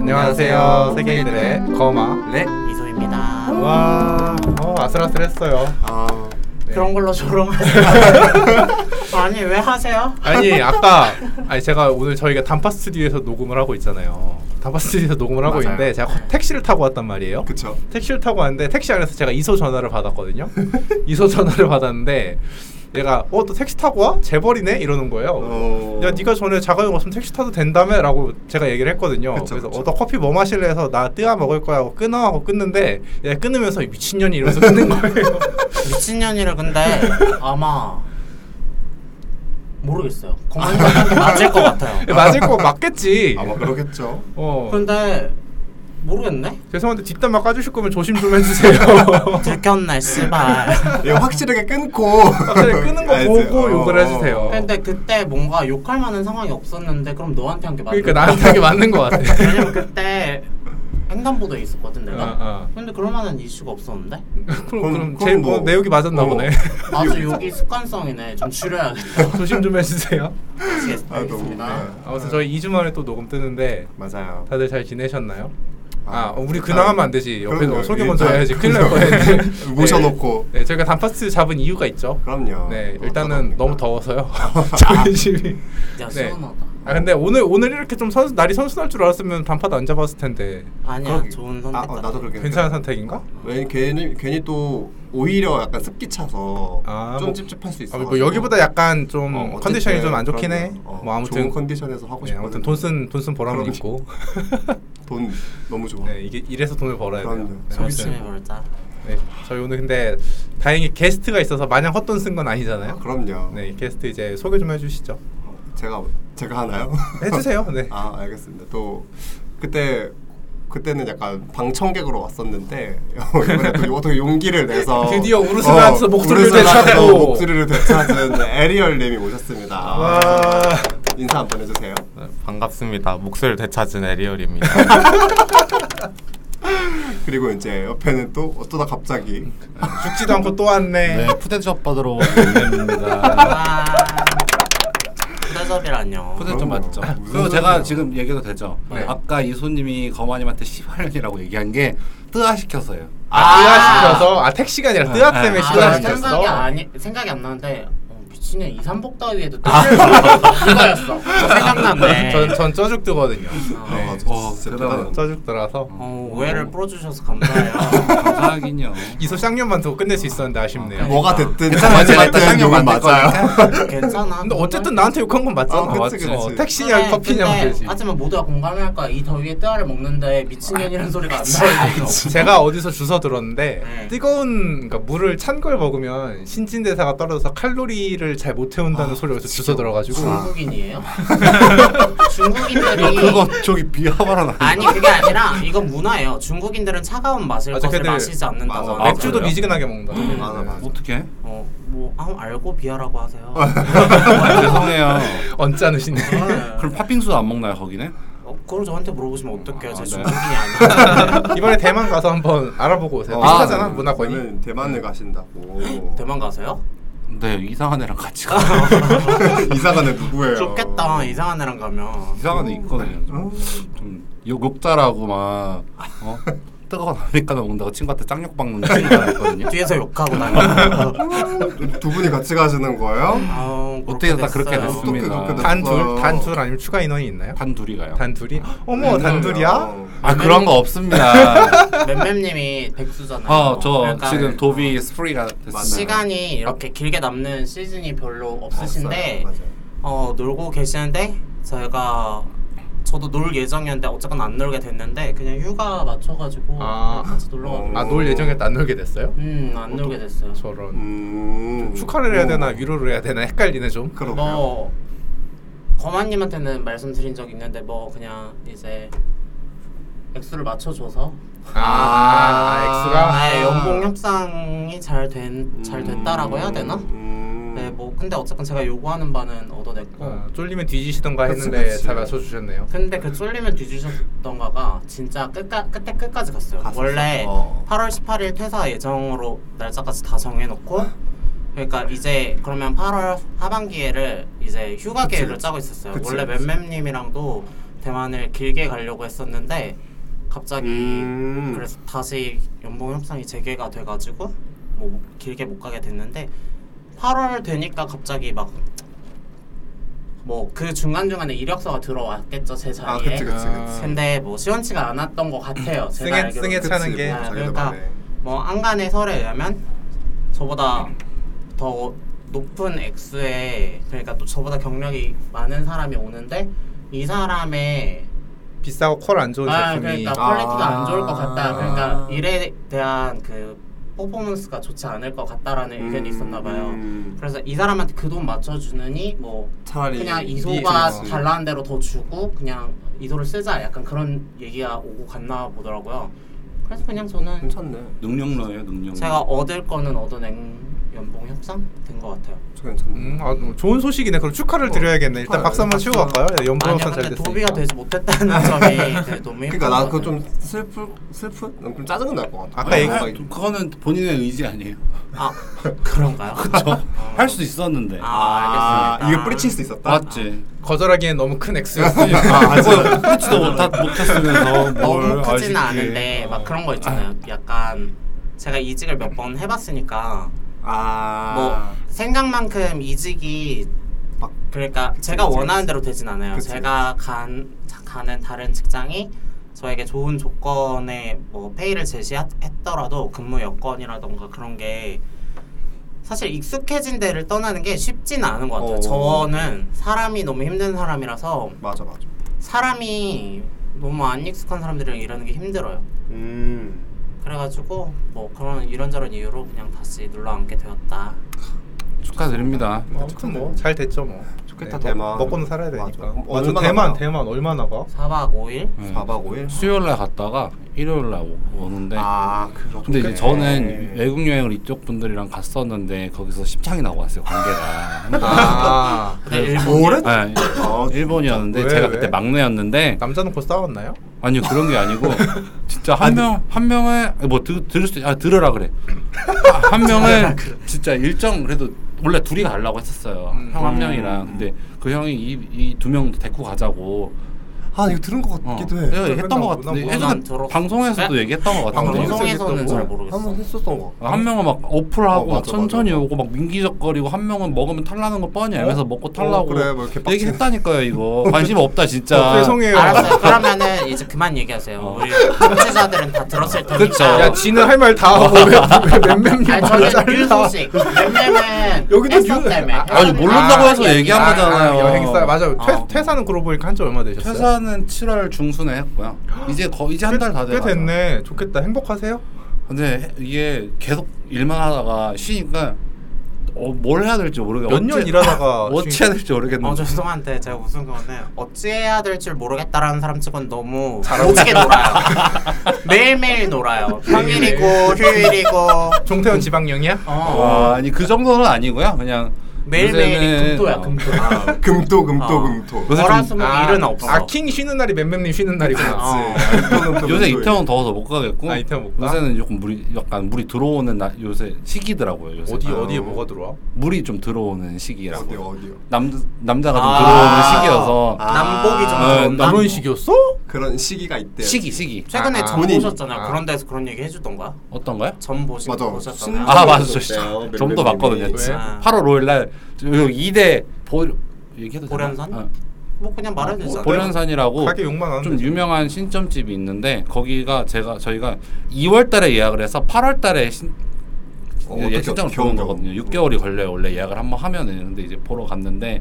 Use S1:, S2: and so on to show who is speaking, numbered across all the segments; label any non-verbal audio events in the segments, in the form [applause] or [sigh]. S1: 안녕하세요. 세계인들의 거마.
S2: 네.
S3: 이소입니다.
S1: 와, 어, 아슬아슬했어요.
S2: 아
S1: 네.
S3: 그런
S1: [laughs]
S3: 걸로 조롱하지 마. 아니 왜 하세요?
S1: 아니 아까 아니 제가 오늘 저희가 단파 스튜디오에서 녹음을 하고 있잖아요. 단파 스튜디오에서 녹음을 하고
S2: 맞아요.
S1: 있는데 제가 택시를 타고 왔단 말이에요.
S2: 그쵸.
S1: 택시를 타고 왔는데 택시 안에서 제가 이소 전화를 [laughs] 받았거든요. 이소 전화를 받았는데 얘가 어 너 택시 타고 와? 재벌이네 이러는 거예요.
S2: 어.
S1: 야 네가 전에 자가용 없으면 택시 타도 된다며라고 제가 얘기를 했거든요.
S2: 그쵸,
S1: 그래서
S2: 그쵸.
S1: 어, 너 커피 뭐 마실래 해서 나 뜨아 먹을 거야 하고 끊어 하고 끊는데 얘 끊으면서 미친년이 이러면서 끊는
S2: [laughs]
S1: 거예요.
S3: 미친년이라 근데 아마 모르겠어요. 건강한 게 맞을 것 같아요.
S1: 맞을 거 맞겠지.
S2: 아마 뭐
S1: [laughs]
S2: 그러겠죠.
S1: 어.
S3: 근데 모르겠네.
S1: 죄송한데 뒷담화 까주실 거면 조심 좀 해주세요.
S2: [laughs]
S3: 들켰네 씨발.
S2: 예, 확실하게 끊고
S1: 확실히 끊는 거
S2: 알았어요.
S1: 보고 욕을
S2: 어.
S1: 해주세요.
S3: 근데 그때 뭔가 욕할 만한 상황이 없었는데 그럼 너한테 한 게 맞을
S1: 그러니까
S3: 것
S1: 나한테
S3: 같아.
S1: 하게 맞는
S2: [laughs]
S1: 거 같아.
S3: 왜냐면 그때 횡단보도에 있었거든 내가.
S1: 어, 어.
S3: 근데 그럴 만한
S1: [laughs]
S3: 이슈가 없었는데.
S1: 그럼 그럼
S2: 그럼
S1: 제뭐
S2: 뭐.
S1: 내욕이 맞았나
S2: 어. [laughs]
S1: 보네.
S3: 아주 욕이 습관성이네. 좀 줄여야겠다.
S1: 조심 좀 해주세요.
S3: 다시
S2: 아, 너무
S3: 알겠습니다. 어.
S2: 웃네.
S1: 아무튼 저희 2주 만에 또 녹음 뜨는데
S2: 맞아요.
S1: 다들 잘 지내셨나요? 아,
S2: 아,
S1: 어, 우리
S2: 아,
S1: 근황하면 안 되지. 옆에서
S2: 그럼요.
S1: 소개 먼저
S2: 일단
S1: 해야지.
S2: [laughs]
S1: 큰일 날 뻔했는데.
S2: 모셔놓고.
S1: 네, 저희가 단파스 잡은 이유가 있죠.
S2: 그럼요.
S1: 네,
S2: 어쩌다
S1: 일단은
S2: 보니까.
S1: 너무
S2: [laughs]
S1: 더워서요. [laughs] 조심히.
S3: 야
S1: 네.
S3: 시원하다.
S1: 아 근데 오늘 오늘 이렇게 좀 선수 날이 선수날 줄 알았으면 단파도 안 잡았을 텐데
S3: 아니야
S2: 그러기-
S3: 좋은
S2: 아,
S3: 선택
S2: 어,
S3: 같아.
S2: 나도 그렇게
S1: 괜찮은 선택인가? 아,
S2: 왜 괜히 괜히 또 오히려 약간 습기 차서
S1: 아,
S2: 좀
S1: 뭐-
S2: 찝찝할 수 있어.
S1: 아, 뭐 여기보다 약간 좀
S2: 어, 어쨌든
S1: 컨디션이 좀 안 좋긴 해.
S2: 그럼요. 어,
S1: 뭐 아무튼
S2: 좋은 컨디션에서 하고
S1: 네,
S2: 싶은
S1: 아무튼 돈쓴 돈쓴 보람은
S2: 그럼요.
S1: 있고. [laughs]
S2: 돈 너무 좋아.
S1: 네, 이게 이래서 돈을 벌어야 돼요.
S2: 그럼요.
S1: 네, 아무튼.
S3: 열심히 벌자.
S1: 네, 저희 오늘 근데 다행히 게스트가 있어서 마냥 헛돈 쓴 건 아니잖아요.
S2: 아, 그럼요.
S1: 네, 게스트 이제 소개 좀 해주시죠.
S2: 제가 제가 하나요?
S1: 해주세요. 네.
S2: 아 알겠습니다. 또 그때 그때는 약간 방청객으로 왔었는데 이번에 또 어떻게 용기를
S1: [laughs]
S2: 내서
S1: 드디어 우르스라스 목소리를
S2: 우르스라스
S1: 되찾고.
S2: 목소리를 되찾은 [laughs] 에리얼님이 오셨습니다. 아,
S1: 아,
S2: 인사 한번 해주세요.
S4: 아. 네, 반갑습니다. 목소리를 되찾은 에리얼입니다.
S2: [laughs] 그리고 이제 옆에는 또 어쩌다 갑자기
S4: 그러니까.
S1: 죽지도 않고 또 왔네.
S4: 네, [laughs] 푸대접 받으러 네, 온
S1: 아.
S4: 윤입니다.
S3: 와. 대접이라뇨.
S4: 푸대접 맞죠?
S2: 무슨
S4: 그리고
S2: 소리야.
S4: 제가 지금 얘기해도 되죠?
S1: 네.
S4: 아까 이소님이 거마님한테 시발년이라고 얘기한 게 뜨아 시켰어요.
S1: 아, 뜨아 시켜서 아 택시가 아니라 뜨아 때문에
S3: 아,
S1: 시켜
S3: 나 생각이
S1: 시켰어.
S3: 아니 생각이 안 나는데 어, 미친년 이산복 따위에도 또 [laughs] 이거였어. 저 생각나네.
S1: 아. 전전 쪄죽 뜨거든요.
S3: 어,
S2: 네.
S1: 네.
S2: 어,
S4: 어,
S2: 진짜
S4: 대단하다.
S2: 대단하다.
S1: 쪄죽 들어서
S3: 어, 오해를 풀어주셔서
S1: [laughs]
S3: 감사해요.
S4: 감사하긴요.
S1: 이소 쌍년만 더 끝낼 수 있었는데 아쉽네요.
S3: 아,
S2: 뭐가 됐든
S4: 괜찮아요.
S2: 맞지
S4: 제가
S2: 맞든
S4: 일단
S2: 욕은
S4: 만들
S2: 맞아요.
S3: 괜찮아.
S1: 근데 어쨌든 나한테 욕한 건 맞잖아.
S2: 아, 그치,
S1: 맞지.
S2: 그치.
S1: 어, 택시냐
S3: 근데-
S1: 커피냐
S3: 네, 근데
S1: 문제지.
S3: 하지만 모두가 공감할 거야. 이 더위에 뜨아를 먹는데 미친년이라는 소리가 안 나와요.
S1: 제가 어디서 주워 들었는데
S3: 네.
S1: 뜨거운 그러니까 물을 찬 걸 먹으면 신진대사가 떨어져서 칼로리를 잘 못 태운다는 소리에서 주워 들어가지고 [laughs]
S3: 중국인이에요? 중국인들이
S4: 저기 비하바라 나.
S3: 아니 그게 아니라 이건 문화예요. 중국인들은 차가운 맛을
S1: 맞아,
S3: 것을
S1: 걔들-
S3: 마시지 않는다고.
S2: 맞아,
S3: 하더라고요.
S1: 맥주도
S4: 그래요?
S1: 미지근하게 먹는다.
S2: 맞아, 맞아.
S4: 어떻게?
S3: 어, 뭐 아, 알고 비하라고 하세요.
S4: 아, 죄송해요.
S1: 언짢으시네.
S4: 그럼 팥빙수 안 먹나요 거기는?
S3: 어, 그걸 저한테 물어보시면 어떡해요? 제
S4: 아, 네.
S3: 중국인이
S1: [laughs]
S3: 아니에요.
S1: 이번에 대만 가서 한번 알아보고 오세요.
S2: 어,
S1: 비슷하잖아
S2: 아,
S1: 문화권이.
S2: 저는 대만을
S4: [laughs]
S2: 가신다고.
S3: 대만 가세요?
S4: 네 이상한 애랑 같이 가. [laughs]
S2: 이사가는 누구예요?
S3: 좋겠다. 이상한 애랑 가면.
S4: 이상한 애 있거든요.
S2: 음.
S4: 좀, 좀 욕, 욕자라고 막 어? 뜨거워 나니까 먹는다고 친구한테 짱욕 박는 친구가
S3: [laughs]
S4: 있거든요.
S3: 뒤에서 욕하고 다니고.
S2: 두 분이 같이 가시는 거예요?
S3: 아우,
S4: 어떻게 다 그렇게
S3: 됐어요.
S2: 됐어? 어떻게 그렇게
S4: 됐습니다.
S1: 단둘,
S2: 어.
S1: 단둘 아니면 추가 인원이 있나요?
S4: 네. 단 둘이 가요.
S1: 단둘이? 어머
S2: 음, 네,
S1: 단둘이야?
S4: 아 그런 거 [laughs] 없습니다.
S3: 맴맴님이 백수잖아요.
S4: 어저
S3: 그러니까
S4: 지금 도비 스프리가 됐습니다.
S3: 시간이 이렇게 길게 남는 시즌이 별로 없으신데
S2: 맞아요, 맞아요.
S3: 어 놀고 계시는데 저희가 저도 놀 예정이었는데 어쨌건 안 놀게 됐는데 그냥 휴가 맞춰가지고
S1: 아.
S3: 그냥 같이 놀러 가고
S2: 어.
S1: 아 놀 예정이었다 안 놀게 됐어요?
S3: 음안 놀게 됐어요.
S1: 저런
S2: 음.
S1: 축하를 해야 되나
S2: 어,
S1: 위로를 해야 되나 헷갈리네 좀.
S2: 그러게요.
S3: 뭐 거만님한테는 말씀드린 적 있는데 뭐 그냥 이제 액수를 맞춰줘서
S1: 아, 아 엑스가
S3: 나의 연봉 협상이 잘된잘
S2: 음.
S3: 됐다라고 해야 되나?
S2: 음.
S3: 네 뭐 근데 어쨌건 제가 요구하는 바는 얻어냈고
S1: 어, 쫄리면 뒤지시던가
S2: 그치,
S1: 했는데
S2: 그치.
S1: 잘 맞춰주셨네요.
S3: 근데 그 쫄리면 뒤지셨던가가 진짜 끝까, 끝에 끝까지 갔어요.
S2: 갔었어?
S3: 원래
S2: 어.
S3: 8월 18일 퇴사 예정으로 날짜까지 다 정해놓고
S2: 어?
S3: 그러니까 이제 그러면 8월 하반기에를 이제 휴가
S2: 그치.
S3: 계획을 짜고 있었어요.
S2: 그치,
S3: 원래
S2: 그치.
S3: 맴맴님이랑도 대만을 길게 가려고 했었는데 갑자기
S2: 음.
S3: 그래서 다시 연봉 협상이 재개가 돼가지고 뭐 못- 길게 못 가게 됐는데 8월 되니까 갑자기 막 뭐 그 중간 중간에 이력서가 들어왔겠죠 제 자리에.
S2: 아 그치 그치 그치.
S3: 근데 뭐 시원치가 않았던 것 같아요. 제가
S1: 승에
S3: 알기로는.
S1: 승에 차는
S2: 그치,
S1: 게
S2: 뭐.
S3: 아,
S2: 자기도
S3: 그러니까
S2: 말해.
S3: 뭐 안간의 설에 의하면 저보다 더 높은 액수의 그러니까 또 저보다 경력이 많은 사람이 오는데 이 사람의
S1: 비싸고 퀄 안 좋은
S3: 아
S1: 제품이
S3: 그러니까 퀄리티가
S2: 아.
S3: 안 좋을 것 같다. 그러니까
S2: 아.
S3: 일에 대한 그 퍼포먼스가 좋지 않을 것 같다라는 의견이
S2: 음,
S3: 있었나 봐요.
S2: 음.
S3: 그래서 이 사람한테 그 돈 맞춰주느니 뭐
S2: 차라리
S3: 그냥
S2: 이-
S3: 이소가
S2: 그치.
S3: 달라는 대로 더 주고 그냥 이소를 쓰자 약간 그런 얘기가 오고 갔나 보더라고요. 그래서 그냥 저는
S2: 괜찮네.
S4: 능력러예요 능력.
S3: 제가 얻을 거는 얻어낸 연봉 협상 된 것 같아요.
S2: 저 괜찮네.
S1: 음, 아, 좋은 소식이네. 그럼 축하를 드려야겠네. 일단
S2: 축하를
S1: 박수 한번 치고
S2: 박수.
S1: 갈까요? 연봉
S3: 아니야
S1: 협상 잘
S3: 근데
S1: 됐으니까.
S3: 도비가 되지 못했다는 점이 되게 너무
S2: 그러니까
S3: 힘들었어요.
S2: 나 그거 좀 슬프 슬프? 난좀 짜증은 날 것 같아.
S1: 아까
S2: 아,
S1: 얘기-
S2: 뭔가
S4: 좀 그거는 본인의 의지 [laughs] 아니에요.
S3: 아 그런가요? 어.
S4: 그렇죠. 할 수도 있었는데.
S3: 아,
S2: 아,
S3: 알겠습니다.
S2: 이게 뿌리칠 수 있었다.
S4: 맞지.
S1: 거절하기엔 너무 큰 액수였지.
S4: 아, 그거 그렇지도 못하 못했으면서
S3: 아, 너무
S4: 뭘
S3: 크지는
S4: 아쉽게.
S3: 뭐 않은데 막 그런 거 있잖아요. 약간 제가 이직을 몇 번 해봤으니까
S2: 아.
S3: 뭐 생각만큼 이직이
S2: 막-
S3: 그러니까 제가
S2: 그치,
S3: 원하는
S2: 그치.
S3: 대로 되진 않아요.
S2: 그치,
S3: 제가 간 자- 가는 다른 직장이 저에게 좋은 조건의 뭐 페이를 제시했더라도 근무 여건이라던가 그런 게 사실 익숙해진 데를 떠나는 게 쉽지는 않은 것 같아요.
S2: 어.
S3: 저는 사람이 너무 힘든 사람이라서
S2: 맞아 맞아.
S3: 사람이 너무 안 익숙한 사람들이랑 일하는 게 힘들어요.
S2: 음.
S3: 그래가지고 뭐 그런 이런저런 이유로 그냥 다시 눌러앉게 되었다.
S4: 축하드립니다.
S1: 뭐 아무튼 뭐 잘 됐죠 뭐.
S2: 좋겠다,
S1: 뭐,
S2: 대만.
S1: 먹고는 살아야
S2: 맞아.
S1: 되니까.
S2: 그럼
S1: 맞아.
S2: 얼마나
S1: 대만
S2: 가?
S1: 대만 얼마나 가?
S3: 4박 5일?
S4: 네.
S2: 4박 5일.
S4: 수요일 날 갔다가 일요일 날 오- 오는데.
S2: 아, 네. 그렇
S4: 근데 이제 저는 외국 여행을 이쪽 분들이랑 갔었는데 거기서 십창이 나고 왔어요 관계가.
S1: 아
S3: 근데
S2: 뭐래?
S4: 아,
S2: 아,
S4: 일본이었는데
S1: 왜,
S4: 제가
S1: 왜?
S4: 그때 막내였는데
S1: [laughs] 남자 놓고 싸웠나요?
S4: 아니요 그런
S2: [laughs]
S4: 게 아니고 진짜 한 명 한 명을 뭐 들, 들을 수아 들으라 그래 아, 한 명을 진짜 일정 그래도 원래 둘이 가려고 했었어요
S1: 음.
S4: 형
S2: 음.
S4: 한 명이랑 근데 그 형이 이 두 명 데리고 가자고
S2: 아, 이거 들은 것
S4: 어,
S2: 같기도
S4: 예,
S2: 해. 뭐
S4: 했던 것
S1: 그럼
S4: 같은데
S1: 난
S4: 예전에
S3: 난 들었어.
S4: 방송에서도
S3: 네?
S4: 얘기했던 것 같은데
S1: 방송에서
S3: 방송에서는
S1: 했었다고?
S3: 잘
S2: 한번
S3: 모르겠어.
S2: 했었던 것 같아.
S4: 한 명은 막 어플하고
S2: 어, 맞아,
S4: 막 천천히
S2: 맞아. 어?
S4: 오고 막 민기적거리고 한 명은 먹으면 탈라는 거 뻔히 알면서 먹고 탈라고
S2: 그래, 뭐 이렇게 빡치는- [laughs]
S4: 얘기했다니까요 이거 관심 없다 진짜
S1: 어, 죄송해요.
S3: 알았어요. 그러면은 이제 그만 얘기하세요. 우리 청취자들은 다 들었을
S4: 어. 그쵸.
S3: 테니까.
S1: 야 지는 할 말 다 [laughs] 하고 왜맨맨님
S3: 아니
S1: 말을
S3: 저는 뉴
S1: 잘라.
S3: 소식. 왜냐면
S1: 여기도
S3: 했어
S1: 뉴-
S3: 때문에.
S1: 아,
S4: 아니, 모른다고 해서 얘기한 거잖아요.
S1: 여행사 맞아. 퇴,
S4: 어.
S1: 퇴사는 그러고 보니까 한지 얼마 되셨어요?
S4: 퇴사는 7월 중순에 했고요. 이제 거 이제 한 달 다
S1: 꽤
S4: 돼가.
S1: 됐네. 좋겠다. 행복하세요?
S4: 근데 해- 이게 계속 일만 하다가 쉬니까 어, 뭘 해야 될지 모르겠어.
S1: 몇년 일하다가
S4: [laughs] 어찌 해야 될지 모르겠는데.
S3: 어 죄송한데 제가 웃은 거는 어찌해야 될 줄 모르겠다라는 사람 치곤 너무 오지게 놀아요. [laughs] 매일매일 놀아요. 평일이고 휴일이고
S1: 종태현 지방령이야?
S3: 어.
S4: 와, 아니 그 정도는 아니고요. 그냥
S3: 매일매일이
S4: 요새는-
S3: 금토야
S4: 어,
S3: 금토.
S2: 아, 금토, 금토,
S3: 어.
S2: 금토.
S4: 요새 좀-
S3: 월화수목 일은 없어.
S1: 아, 아킹 쉬는 날이 맴맴님 쉬는 날이구나.
S3: 아.
S4: [laughs] 요새 이태원 더워서 못 가겠고.
S1: 아, 이태원 못 가?
S4: 요새는 조금 물이 약간 물이 들어오는 날 요새 시기더라고요. 요새.
S1: 어디
S2: 아.
S1: 어디에 뭐가 들어와?
S4: 물이 좀 들어오는 시기라고.
S2: 어디 어디요?
S4: 남 남자가 좀
S3: 아.
S4: 들어오는 시기여서
S2: 아.
S3: 남복이 좀
S4: 아,
S3: 들어온다.
S4: 남은
S1: 그런 식이었어?
S2: 그런 시기가
S1: 네,
S2: 있대.
S4: 시기 시기
S3: 최근에
S2: 아,
S3: 전
S2: 본인.
S3: 보셨잖아요.
S1: 아.
S3: 그런 데서 그런 얘기 해주던 거야?
S4: 어떤 거요?
S3: 전 보신
S2: 맞아.
S3: 거 보셨잖아요.
S2: 순간-
S4: 아 맞아
S2: 멤버님이
S4: 저 [laughs]
S2: 있어요. 멤버님이.
S4: 점도 봤거든요.
S1: 왜?
S3: 아.
S4: 8월 5일 날 2대 보 얘기해도 되나?
S3: 보련산?
S4: 어,
S3: 뭐 그냥 말해도 되잖아요.
S4: 보련산이라고
S1: 가게 욕만 하면
S4: 좀
S1: 되죠.
S4: 유명한 신점집이 있는데 거기가 제가 저희가 2월 달에 예약을 해서 8월 달에 신
S2: 어, 음.
S4: 예,
S2: 어떡해,
S4: 신청을
S2: 겨우,
S4: 보는
S2: 겨우.
S4: 거거든요. 6개월이 걸려요. 원래 예약을 한번 하면은 근데 이제 보러 갔는데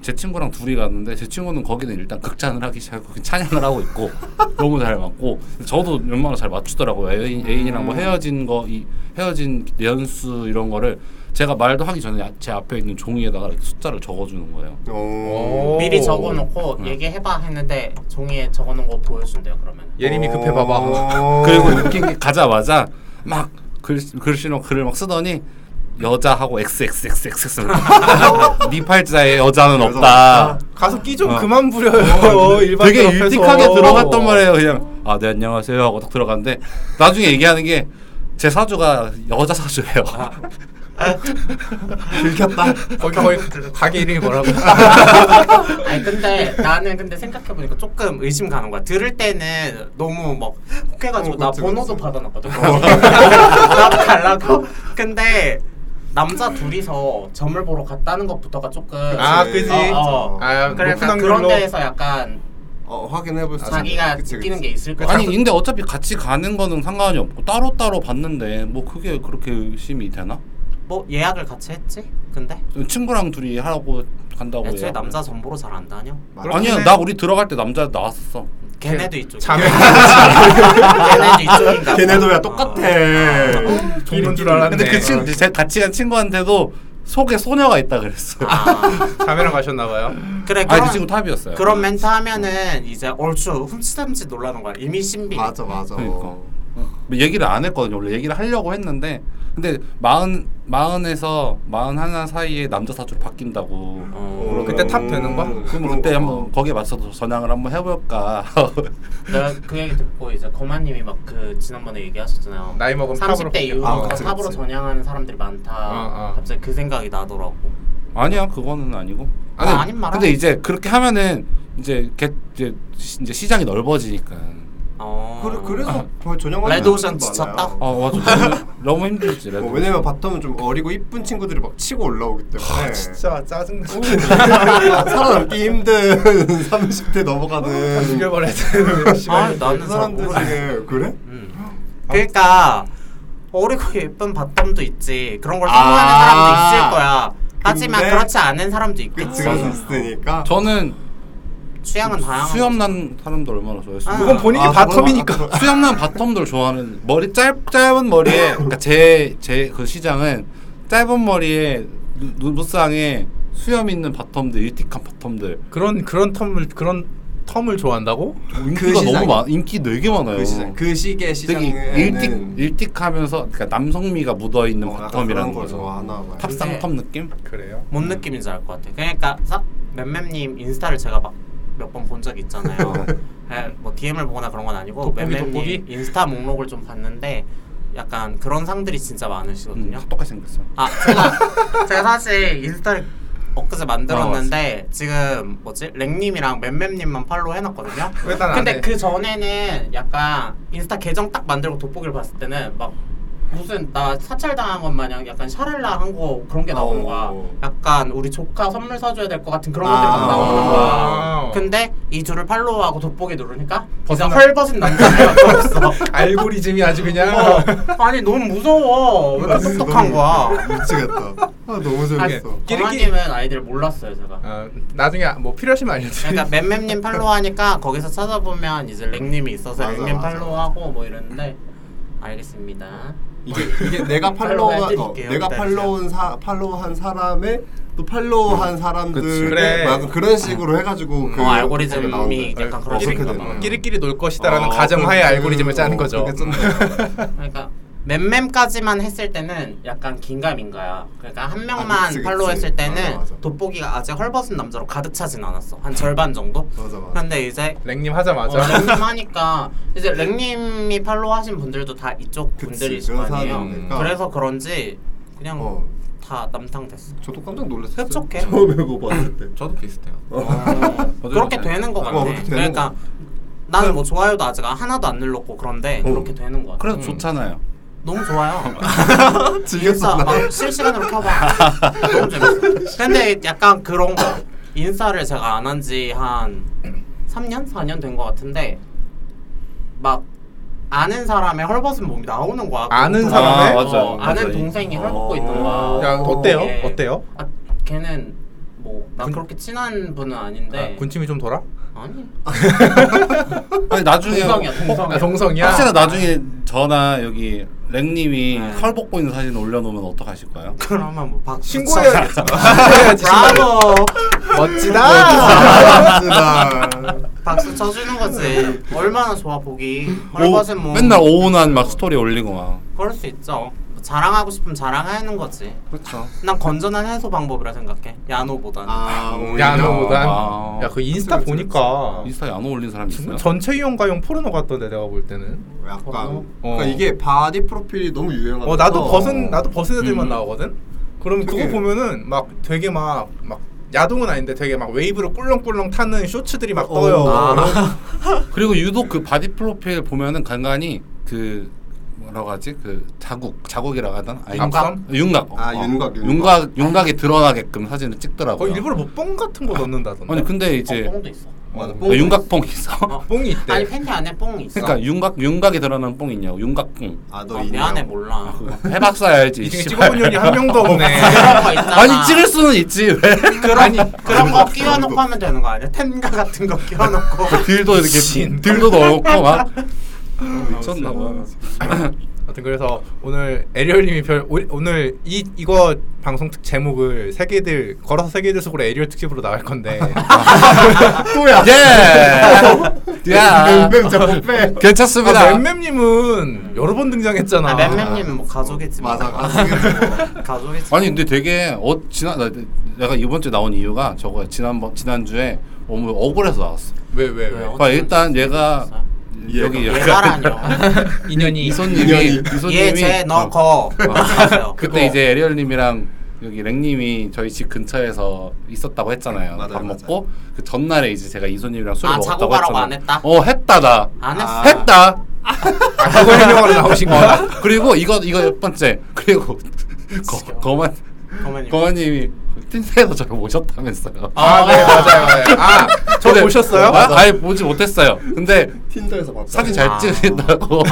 S4: 제 친구랑 둘이 갔는데 제 친구는 거기는 일단 극찬을 하기 시작하고 찬양을 하고
S2: [laughs]
S4: 있고 너무 잘 맞고 저도 웬만하면 잘 맞추더라고요. 애인, 애인이랑
S2: 음.
S4: 뭐 헤어진 거, 이, 헤어진 연수 이런 거를 제가 말도 하기 전에 야- 제 앞에 있는 종이에다가 이렇게 숫자를 적어주는 거예요.
S2: 오.
S3: 미리 적어놓고 얘기해봐 했는데 종이에 적어놓은 거 보여준대요 그러면.
S1: 예림이 급해 봐봐.
S4: [laughs] 그리고 웃긴 게 가자마자 막 글, 글씨로 글을 막 쓰더니 여자하고 XXXX [laughs] 네 팔자에 여자는
S2: 아,
S4: 없다.
S1: 가서 끼 좀 그만 부려요. 어. [laughs] 일반
S4: 되게
S1: 옆에서.
S4: 어, 일찍하게 들어갔단 말이에요. 그냥 아, 네 안녕하세요 하고 딱 들어갔는데 나중에 얘기하는 게 제 사주가 여자 사주예요. [laughs]
S2: 들켰다.
S1: 거기 거의 가게 이름이 [laughs] 뭐라고?
S3: 아니 근데 나는 근데 생각해 보니까 조금 의심 가는 거야. 들을 때는 너무 막 혹해가지고
S2: 어,
S3: 나
S2: 그치,
S3: 번호도
S2: 그치.
S3: 받아놨거든. [laughs] 나도 달라고. 근데 남자 둘이서 점을 보러 갔다는 것부터가 조금
S1: 아, 그지.
S3: 어, 어.
S1: 아,
S3: 그래,
S1: 높은
S3: 약간
S1: 확률로.
S3: 그런 데에서 약간
S2: 어, 확인해볼 수.
S3: 아, 자기가
S2: 있는.
S3: 느끼는 게 있을 거야.
S4: 아니 근데 어차피 같이 가는 거는 상관이 없고 따로 따로 봤는데 뭐 그게 그렇게 의심이 되나?
S3: 뭐 예약을 같이 했지? 근데
S4: 어, 친구랑 둘이 하라고 간다고
S3: 애초에
S4: 해요.
S3: 남자 정보로 잘 안 다녀.
S4: 아니야 나 우리 들어갈 때 남자 나왔었어.
S3: 걔네도
S1: [laughs]
S3: 이쪽.
S1: 자매
S3: 걔네도 이쪽인가. 봐.
S2: 걔네도야 똑같아.
S1: 동문 줄 알았네.
S4: 근데 그 친구 제가 같이 간 친구한테도 속에 소녀가 있다 그랬어. 아,
S3: 아,
S1: 자매랑 가셨나 봐요.
S3: 그래
S4: 아니
S3: 그럼
S4: 그 친구
S1: 네.
S4: 탑이었어요.
S3: 그런 멘트 하면은 이제 얼추 훔치담치 놀라는 거야. 이미 신비.
S2: 맞아 맞아.
S4: 그러니까. 뭐 얘기를 안 했거든요. 원래 얘기를 하려고 했는데 근데 마흔 마흔에서 마흔 하나 사이에 남자 사주로 바뀐다고.
S3: 어,
S1: 그럼 그때 탑 되는
S2: 음.
S1: 거야?
S4: 그럼 어. 그때 한번 거기에 맞춰서 전향을 한번 해볼까. [laughs]
S3: 내가 그 얘기 듣고 이제 거마님이 막 그 지난번에 얘기하셨잖아요.
S1: 나이 먹으면
S3: 30대
S1: 탑으로
S3: 이후로
S2: 아,
S3: 다
S2: 그치,
S3: 탑으로
S2: 그치.
S3: 전향하는 사람들이 많다.
S1: 어, 어.
S3: 갑자기 그 생각이 나더라고.
S4: 아니야 그거는 아니고.
S3: 아,
S4: 근데-
S3: 아닌 말
S4: 근데
S3: 하지.
S4: 이제 그렇게 하면은 이제 개, 이제 시- 이제 시장이 넓어지니까.
S3: 어.
S2: 그래
S3: [laughs]
S2: 그래서 거의 전형하는
S3: 레드오션
S2: 애들도
S3: 지쳤다?
S2: 많아요.
S4: 아 맞아 너무, 너무 힘들지 레드
S2: 어, 왜냐면 바텀은 좀 어리고 이쁜 친구들이 막 치고 올라오기
S4: 아,
S2: 때문에
S1: 진짜 짜증나.
S2: [laughs] 살아남기 힘든 [laughs] 30대 넘어가는
S1: 죽여버려야 돼. [laughs]
S3: 아,
S1: 씨발.
S3: 나는
S2: 그
S3: 잘
S2: 사람들
S3: 모르겠어.
S2: 중에 그래?
S3: 음. 그러니까 어리고 예쁜 바텀도 있지. 그런 걸
S2: 아.
S3: 선호하는 사람도 있을 거야. 하지만
S2: 근데-
S3: 그렇지 않은 사람도 있겠지.
S2: 그치 그래서 있으니까
S4: 저는
S3: 취향은 다양한.
S4: 수염난 사람도 얼마나 좋아했어
S1: 그건 본인이
S2: 아,
S1: 바텀이니까.
S2: 그건-
S4: 그러니까 수염난 바텀들 좋아하는 머리 짧 짧은 머리에 그러니까 제제 그 시장은 짧은 머리에 눈- 눈부쌍에 수염 있는 바텀들 일틱한 바텀들
S1: 그런 그런 텀을 그런 텀을 좋아한다고?
S4: 인기가 너무
S2: 그 시장이-
S4: 많 인기 되게 많아요.
S2: 그 시장 그 시계
S4: 되게 일틱
S2: 시장에는
S4: 일틱하면서 그러니까 남성미가 묻어 있는
S2: 어, 약간 그런
S4: 바텀이라는
S2: 걸
S4: 거죠.
S2: 좋아하나 봐요.
S4: 탑상 텀 느낌? 음,
S1: 그래요.
S3: 뭔 느낌인지 알 것 같아. 그러니까 싹 맴맴님 인스타를 제가 막 몇 번 본 적
S1: [laughs]
S3: 있잖아요. 예, 뭐 DM을 보거나 그런 건 아니고
S1: 네. 돋보기, 돋보기?
S3: 맴맴님 인스타 목록을 좀 봤는데 약간 그런 상들이 진짜
S4: 음,
S3: 많으시거든요.
S4: 똑같이 생겼어.
S3: 아 제가 [laughs] 제가 사실 인스타를 엊그제 만들었는데 지금 뭐지 랭님이랑 맴맴님만 팔로우 해놨거든요.
S1: [laughs] 왜 나는 안
S3: 근데
S1: 해?
S3: 그 전에는 약간 인스타 계정 딱 만들고 돋보기를 봤을 때는 막 무슨 나 사찰당한 것 마냥 약간 샤랄라 한 거 그런 게 나오는 거야.
S2: 어.
S3: 약간 우리 조카 선물 사줘야 될 것 같은 그런
S2: 아.
S3: 것들이 막 나오는
S1: 아.
S3: 거야. 근데 이 둘을 팔로우하고 돋보기 누르니까 진짜
S1: 벗어나-
S3: 헐벗은 남자가
S1: [laughs]
S3: 없어.
S1: 알고리즘이 아주 그냥 [laughs]
S3: 어, 아니 너무 무서워. 왜 이렇게 똑똑한 거야?
S2: [laughs] 미치겠다. 아 너무 재밌어.
S1: 끼리끼리-
S3: 거마님은 아이디를 몰랐어요 제가.
S1: 아, 나중에 뭐 필요하시면 알려드릴게요.
S3: 그러니까 맴맴님 팔로우하니까 거기서 찾아보면 이제 랭님이 있어서
S2: 맞아,
S3: 랭님
S2: 맞아,
S3: 팔로우하고 뭐 이러는데 알겠습니다.
S2: 이게 이게 내가
S3: [laughs] 팔로우
S2: 팔로우한 어,
S3: 해드릴게요.
S2: 내가
S3: 기다리세요.
S2: 팔로우한 사 팔로우한 사람의 또 팔로우한
S1: 그치.
S2: 사람들
S1: 그래. 음.
S2: 막 그런 식으로 해가지고
S3: 어, 알고리즘이 약간 그런 음.
S2: 게 아, 그,
S3: 식인가
S2: 어, 되나?
S3: 봐요.
S1: 끼리끼리 놀 것이다라는 가정하에 알고리즘을
S2: 어,
S1: 짜는 거죠.
S2: [laughs]
S3: 그러니까 맴맴까지만 했을 때는 약간 긴가민가야. 그러니까 한 명만
S2: 아, 그치, 그치.
S3: 팔로우했을 때는
S2: 맞아, 맞아.
S3: 돋보기가 아직 헐벗은 남자로 가득 차진 않았어. 한 절반 정도.
S2: 맞아, 맞아.
S3: 그런데 이제
S1: [laughs] 랭님 하자마자
S3: 어, [laughs] 랭님 하니까 이제 랭님이 팔로우하신 분들도 다 이쪽
S2: 그치,
S3: 분들이실 거
S2: 그런
S3: 아니에요.
S2: 사람이니까.
S3: 그래서 그런지 그냥
S2: 어.
S3: 다 남탕됐어.
S2: 저도 깜짝 놀랐어요.
S3: 흡족해.
S2: 처음에 그거 봤을 때.
S5: 저도 비슷해요.
S3: 어, 그렇게
S4: 맞아요.
S3: 되는 것
S2: 어,
S3: 같아.
S2: 그렇게 되는
S3: 그러니까
S2: 것
S3: 나는 뭐 좋아요도 아직 하나도 안 눌렀고 그런데
S2: 어.
S3: 그렇게 되는 것 같아.
S4: 그래도 좋잖아요.
S3: 너무 좋아요.
S4: [laughs]
S2: 즐겼어,
S3: 인스타
S2: 나.
S3: 막 실시간으로 켜봐. 너무 재밌어. 근데 약간 그런 거 인스타를 제가 안 한 지 한 3년 4년 된 것 같은데 막 아는 사람의 헐벗은 몸이 나오는 거야.
S1: 아는
S3: 그
S1: 사람의?
S3: 어,
S4: 아, 맞아.
S3: 아는
S4: 맞아.
S3: 동생이 헐벗고
S4: 어.
S3: 있는 거야.
S1: 야 어때요?
S3: 예.
S1: 어때요?
S3: 아, 걔는 뭐난
S1: 군-
S3: 그렇게 친한 분은 아닌데
S1: 아, 군침이 좀 돌아?
S3: 아니
S4: 아니 나중에
S3: 동성이야 동성이야
S1: 아, 동성이야.
S4: 혹시나 나중에 저나 여기 랭님이
S3: 네.
S4: 털 벗고 있는 사진 올려놓으면 어떡하실 거예요?
S3: 그러면 뭐 박수
S1: 신고해야- [laughs]
S3: 쳐주겠지. 브라보
S2: 아!
S1: 멋지다.
S3: 박수 쳐주는 거지 얼마나 좋아 보기 헐벗은 몸
S4: 맨날 오운한 막 스토리 올리고 막
S3: 그럴 수 있죠 자랑하고 싶으면 자랑하는 거지.
S4: 그렇죠.
S3: 난 건전한 해소 방법이라 생각해. 야노보다는. 어,
S2: 아,
S1: 야
S2: 오히려.
S1: 너보단
S4: 아.
S1: 야그 인스타
S2: 그치, 그치,
S1: 보니까
S4: 인스타에 안 어울리는 사람이 있어요?
S1: 전체 이용가용 포르노 같던데 내가 볼 때는
S2: 약간
S1: 어.
S2: 그러니까 이게 바디 프로필이 너무 유행하다.
S1: 어 나도 벗은 나도 벗은 애들만
S4: 음.
S1: 나오거든 그러면 그거
S2: 되게-
S1: 보면은 막 되게 막 막 야동은 아닌데 되게 막 웨이브로 꿀렁꿀렁 타는 쇼츠들이 막
S2: 어,
S1: 떠요
S2: 아.
S4: 그리고 유독 그 바디 프로필 보면은 간간히 그 뭐라고 하지 그 자국 자국이라고 하던 아,
S1: 윤곽?
S4: 윤곽
S2: 아, 윤곽, 윤곽.
S4: 윤곽 윤곽이 드러나게끔 사진을 찍더라고요.
S1: 거의 일부러 뭐 뽕 같은 거 넣는다던데
S4: 아니 근데
S3: 어,
S4: 이제
S3: 뽕도 있어.
S2: 맞아.
S4: 아, 윤곽뽕 있어.
S3: 어.
S1: 뽕이 있대
S3: 아니 팬티 안에 뽕이 있어.
S4: 그러니까 윤곽 윤곽이 드러나는 뽕 있냐고 윤곽뽕.
S2: 아너
S3: 아, 미안해 몰라.
S4: 해박사 알지.
S1: 이 중에
S4: 씨발.
S1: 찍어본 년이 한 명도 없네
S3: 그런 거 있잖아.
S4: 아니 찍을 수는 있지 왜?
S1: [laughs]
S3: 그런 그런 거
S2: 아무것도
S3: 끼워놓고
S2: 없어.
S3: 하면 되는 거 아니야? 텐가 같은 거 끼워놓고.
S4: 그 딜도 이렇게
S1: 미친.
S4: 딜도 넣었고 막
S1: 어,
S4: 미쳤나 봐.
S1: 아무튼 그래서 오늘 에리얼님이 별 오- 오늘 이 이거 방송 특 제목을 세계들 걸어서 세계들 속으로 에리얼 특집으로 나갈 건데
S2: 또야. [laughs]
S4: 예. 야.
S2: 맴맴 자꾸 빼.
S4: 괜찮습니다.
S1: 아, 맴맴님은 여러 번 등장했잖아.
S3: 아, 맴맴님은 뭐 가족이지. 뭐.
S2: 맞아.
S3: [laughs]
S2: 가슴이
S3: 가족이지.
S4: 아니 근데 되게 어 지난 나, 내가 이번 주에 나온 이유가 저거야 지난번 지난주에 너무 억울해서 나왔어.
S1: 왜 왜 왜?
S3: 왜요?
S4: 그러니까 일단 얘가
S2: 얘가.
S4: 여기
S3: 얘가라뇨.
S1: 인연이
S4: 이소님이
S2: 인연이.
S4: 이소님이 어.
S3: 얘제너거
S4: 그때 이제 에리얼님이랑 여기 랭님이 저희 집 근처에서 있었다고 했잖아요.
S2: 맞아요,
S4: 밥
S2: 맞아요.
S4: 먹고 그 전날에 이제 제가 이소님이랑 술을
S3: 아, 자고
S4: 먹었다고
S3: 가라고
S4: 했잖아요.
S3: 안 했다?
S4: 어 했다 나.
S3: 안 했어.
S2: 아.
S4: 했다. 어,
S1: 과거 아, 행령으로 나오신 거야?
S4: [laughs] 그리고 이거 이거 몇 번째. 그리고 [laughs] 거, 거만
S3: 거만님.
S4: 거만님이 틴트에서 저를 모셨다면서요.
S1: 아, 네 맞아요. 맞아요. 아, 저
S4: 근데-
S1: 보셨어요?
S4: 아, 아니 보지 못했어요. 근데
S2: 틴더에서 봤다.
S4: 사진 잘
S3: 아.
S4: 찍으신다고.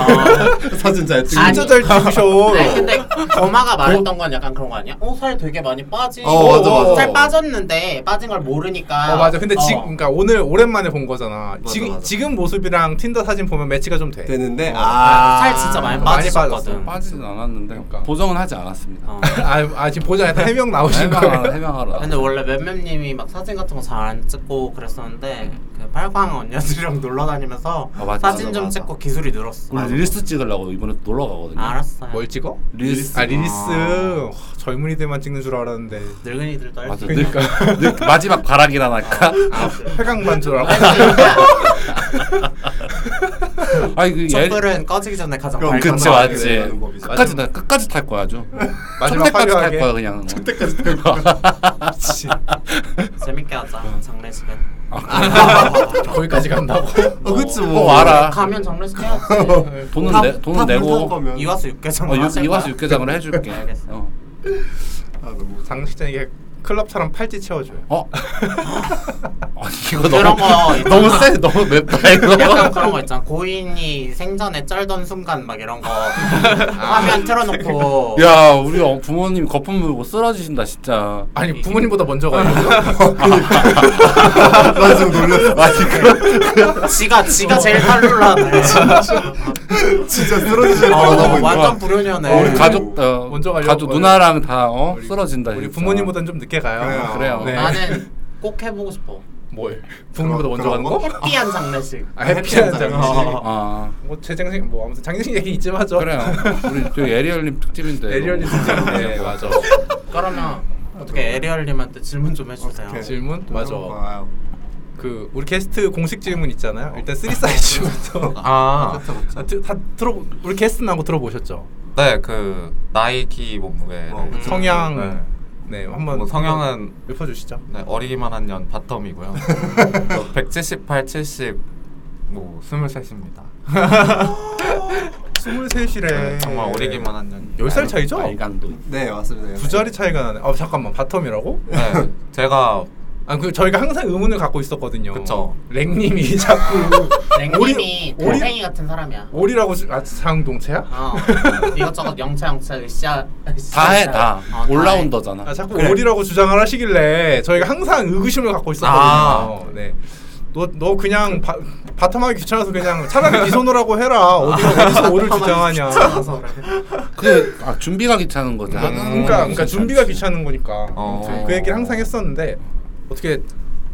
S2: 사진 잘 찍.
S1: 진짜 잘 찍으셔.
S3: 아니 근데 거마가 말했던 건 약간 그런 거 아니야? 어살 되게 많이 빠지.
S2: 어, 맞아, 맞아.
S3: 살 빠졌는데 빠진 걸 모르니까.
S1: 어 맞아. 근데 지금
S3: 어.
S1: 그러니까 오늘 오랜만에 본 거잖아.
S2: 맞아,
S1: 지금
S2: 맞아.
S1: 지금 모습이랑 틴더 사진 보면 매치가 좀 돼.
S2: 되는데
S1: 어.
S2: 아.
S3: 살 진짜 많이
S1: 많이
S3: 빠지셨거든.
S4: 빠지진 않았는데
S1: 그러니까.
S4: 보정은 하지 않았습니다.
S3: 어.
S1: [laughs] 아, 아 지금 보자마자 해명 나오신
S4: 해명하라
S1: 거예요.
S4: 해명하라.
S3: 근데 원래 맴맴님이 막 사진 같은 거 잘 안 찍고 그랬었는데 그 팔광 언니들이랑 [laughs] 놀러 다니면서
S4: 아, 맞아,
S3: 사진
S2: 맞아,
S3: 좀
S2: 맞아.
S3: 찍고 기술이 늘었어.
S4: 원래 릴스 찍으려고 이번에 놀러 가거든요.
S3: 아, 알았어요.
S1: 뭘 찍어?
S4: 릴스.
S1: 아 릴스 와, 젊은이들만 찍는 줄 알았는데
S3: 늙은이들도 할수
S4: 맞아.
S3: 있어.
S4: 늙,
S1: 그러니까.
S4: 늙, 마지막 바라기라 날까?
S1: 아, 회강만 줄 알고
S4: [laughs] 아니 그 예,
S3: 촛불은 꺼지기 전에 가장
S2: 그럼
S3: 밝은
S2: 그-
S4: 그치
S2: 마지막
S4: 맞지.
S2: 하는 법이죠.
S4: 끝까지 나 끝까지 탈 거야 아주.
S1: 마지막
S4: 까지탈
S1: 화려하게.
S4: 거야 그냥.
S2: 그때까지 탈 거야.
S1: 씨,
S3: 재밌게 하자 장례식은
S1: 거기까지 간다고 [laughs]
S2: 어, 그치
S4: 어,
S2: 뭐.
S4: 와라.
S3: [laughs] 가면 장례식 해야지
S4: 돈은
S2: 다-
S4: 내
S2: 다
S4: 돈은
S2: 분산
S4: 내고.
S2: 거면.
S3: 이화수 육개장
S4: 어, 육,
S3: 하실
S4: 이와서
S3: 거야? [laughs]
S4: 육개장을 해줄게.
S3: 알겠어.
S4: 어.
S2: 아, 너무
S1: 장식장 이게 클럽처럼 팔찌 채워줘요
S3: [laughs]
S4: 어? 아, 이거
S3: 그런
S4: 너무
S3: 거 있잖아.
S4: [laughs] 너무 세 너무 맵다
S3: 약간
S4: 이거.
S3: 그런 거 있잖아 고인이 생전에 쩔던 순간 막
S4: [laughs]
S3: 이런 거 화면 틀어놓고
S4: 야 우리 어, 부모님 거품 물고 쓰러지신다 진짜.
S1: 아니 부모님보다 먼저 가요
S2: 깜짝 놀랐어.
S4: 아 지금
S3: 지가 지가 제일
S4: [laughs]
S3: 탈룰라네
S2: 진짜 쓰러지실
S4: 아,
S3: 어,
S2: 뻔하고
S3: 완전
S4: 우리
S3: 불효녀네
S2: 가-
S4: 가족 뭐 어,
S1: 먼저 가려고
S4: 가족
S1: 하네.
S4: 누나랑 다 어, 쓰러진다.
S1: 우리
S4: 진짜.
S1: 부모님보단 좀 늦게
S2: 그래요.
S1: 가요
S4: 그래요.
S1: 네.
S3: 나는 꼭 해보고 싶어
S1: 뭘 부모님보다
S2: 그럼-
S1: 먼저 가는
S2: 그럼
S1: 거?
S3: 해피한 장례식
S1: 아 해피한
S2: 해피한
S1: 장식
S2: 장식.
S4: 아
S1: 뭐 재장식 뭐 아무튼 장식 얘기 이쯤 하죠
S4: 그래요.
S1: [laughs]
S4: 우리 저 에리얼님 특집인데.
S1: 에리얼님
S4: 네, 너무-
S1: 특집인데 맞아
S3: 그러면 어떻게 에리얼님한테 질문 좀 해주세요
S2: 어떡해.
S1: 질문? 맞아
S2: 맞아.
S1: 그 우리 게스트 공식 질문 있잖아요 일단 쓰리 사이즈부터
S5: 아,
S1: 다, 들- 다 들어 우리 게스트 나고 들어보셨죠?
S5: 네, 그 나이, 키, 몸무게.
S2: 어, 그쵸.
S1: 성향
S5: 네.
S1: 네 한번
S5: 뭐 성향은
S1: 읊어주시죠.
S5: 네, 어리기만 한
S2: [laughs]
S5: 년 바텀이고요. 178, 70, 뭐 23입니다.
S2: 네.
S1: 23시래.
S5: 네, 정말 어리기만 한 년.
S1: 10살 차이죠?
S4: 알간도.
S2: 네 맞습니다.
S1: 두 자리 차이가 나네. 아 잠깐만 바텀이라고?
S5: 네, 제가
S1: 아 그 저희가 항상 의문을 갖고 있었거든요.
S5: 그쵸.
S1: 랭님이 [laughs] 자꾸
S3: 랭님이
S1: 오리-
S3: 동생이 같은 사람이야
S1: 오리라고 쓰- 아 상동체야?
S3: 어 이것저것 영차 영차 으쌰 으쌰,
S4: 다 해
S3: 으쌰.
S4: 다.
S3: 어,
S4: 올라운더잖아.
S1: 아 자꾸 오리라고 주장을 하시길래 저희가 항상 의구심을 갖고 있었거든요. 네. 너, 너 그냥 바, 바텀하기 귀찮아서 그냥 차라리 미소노라고 해라. 어디가 어디서 오를 주장하냐.
S4: 그 아, 준비가 귀찮은 거지. 음.
S1: 그러니까, 그러니까 준비가 귀찮은 거니까.
S5: 어.
S1: 그 얘기를 항상 했었는데 어떻게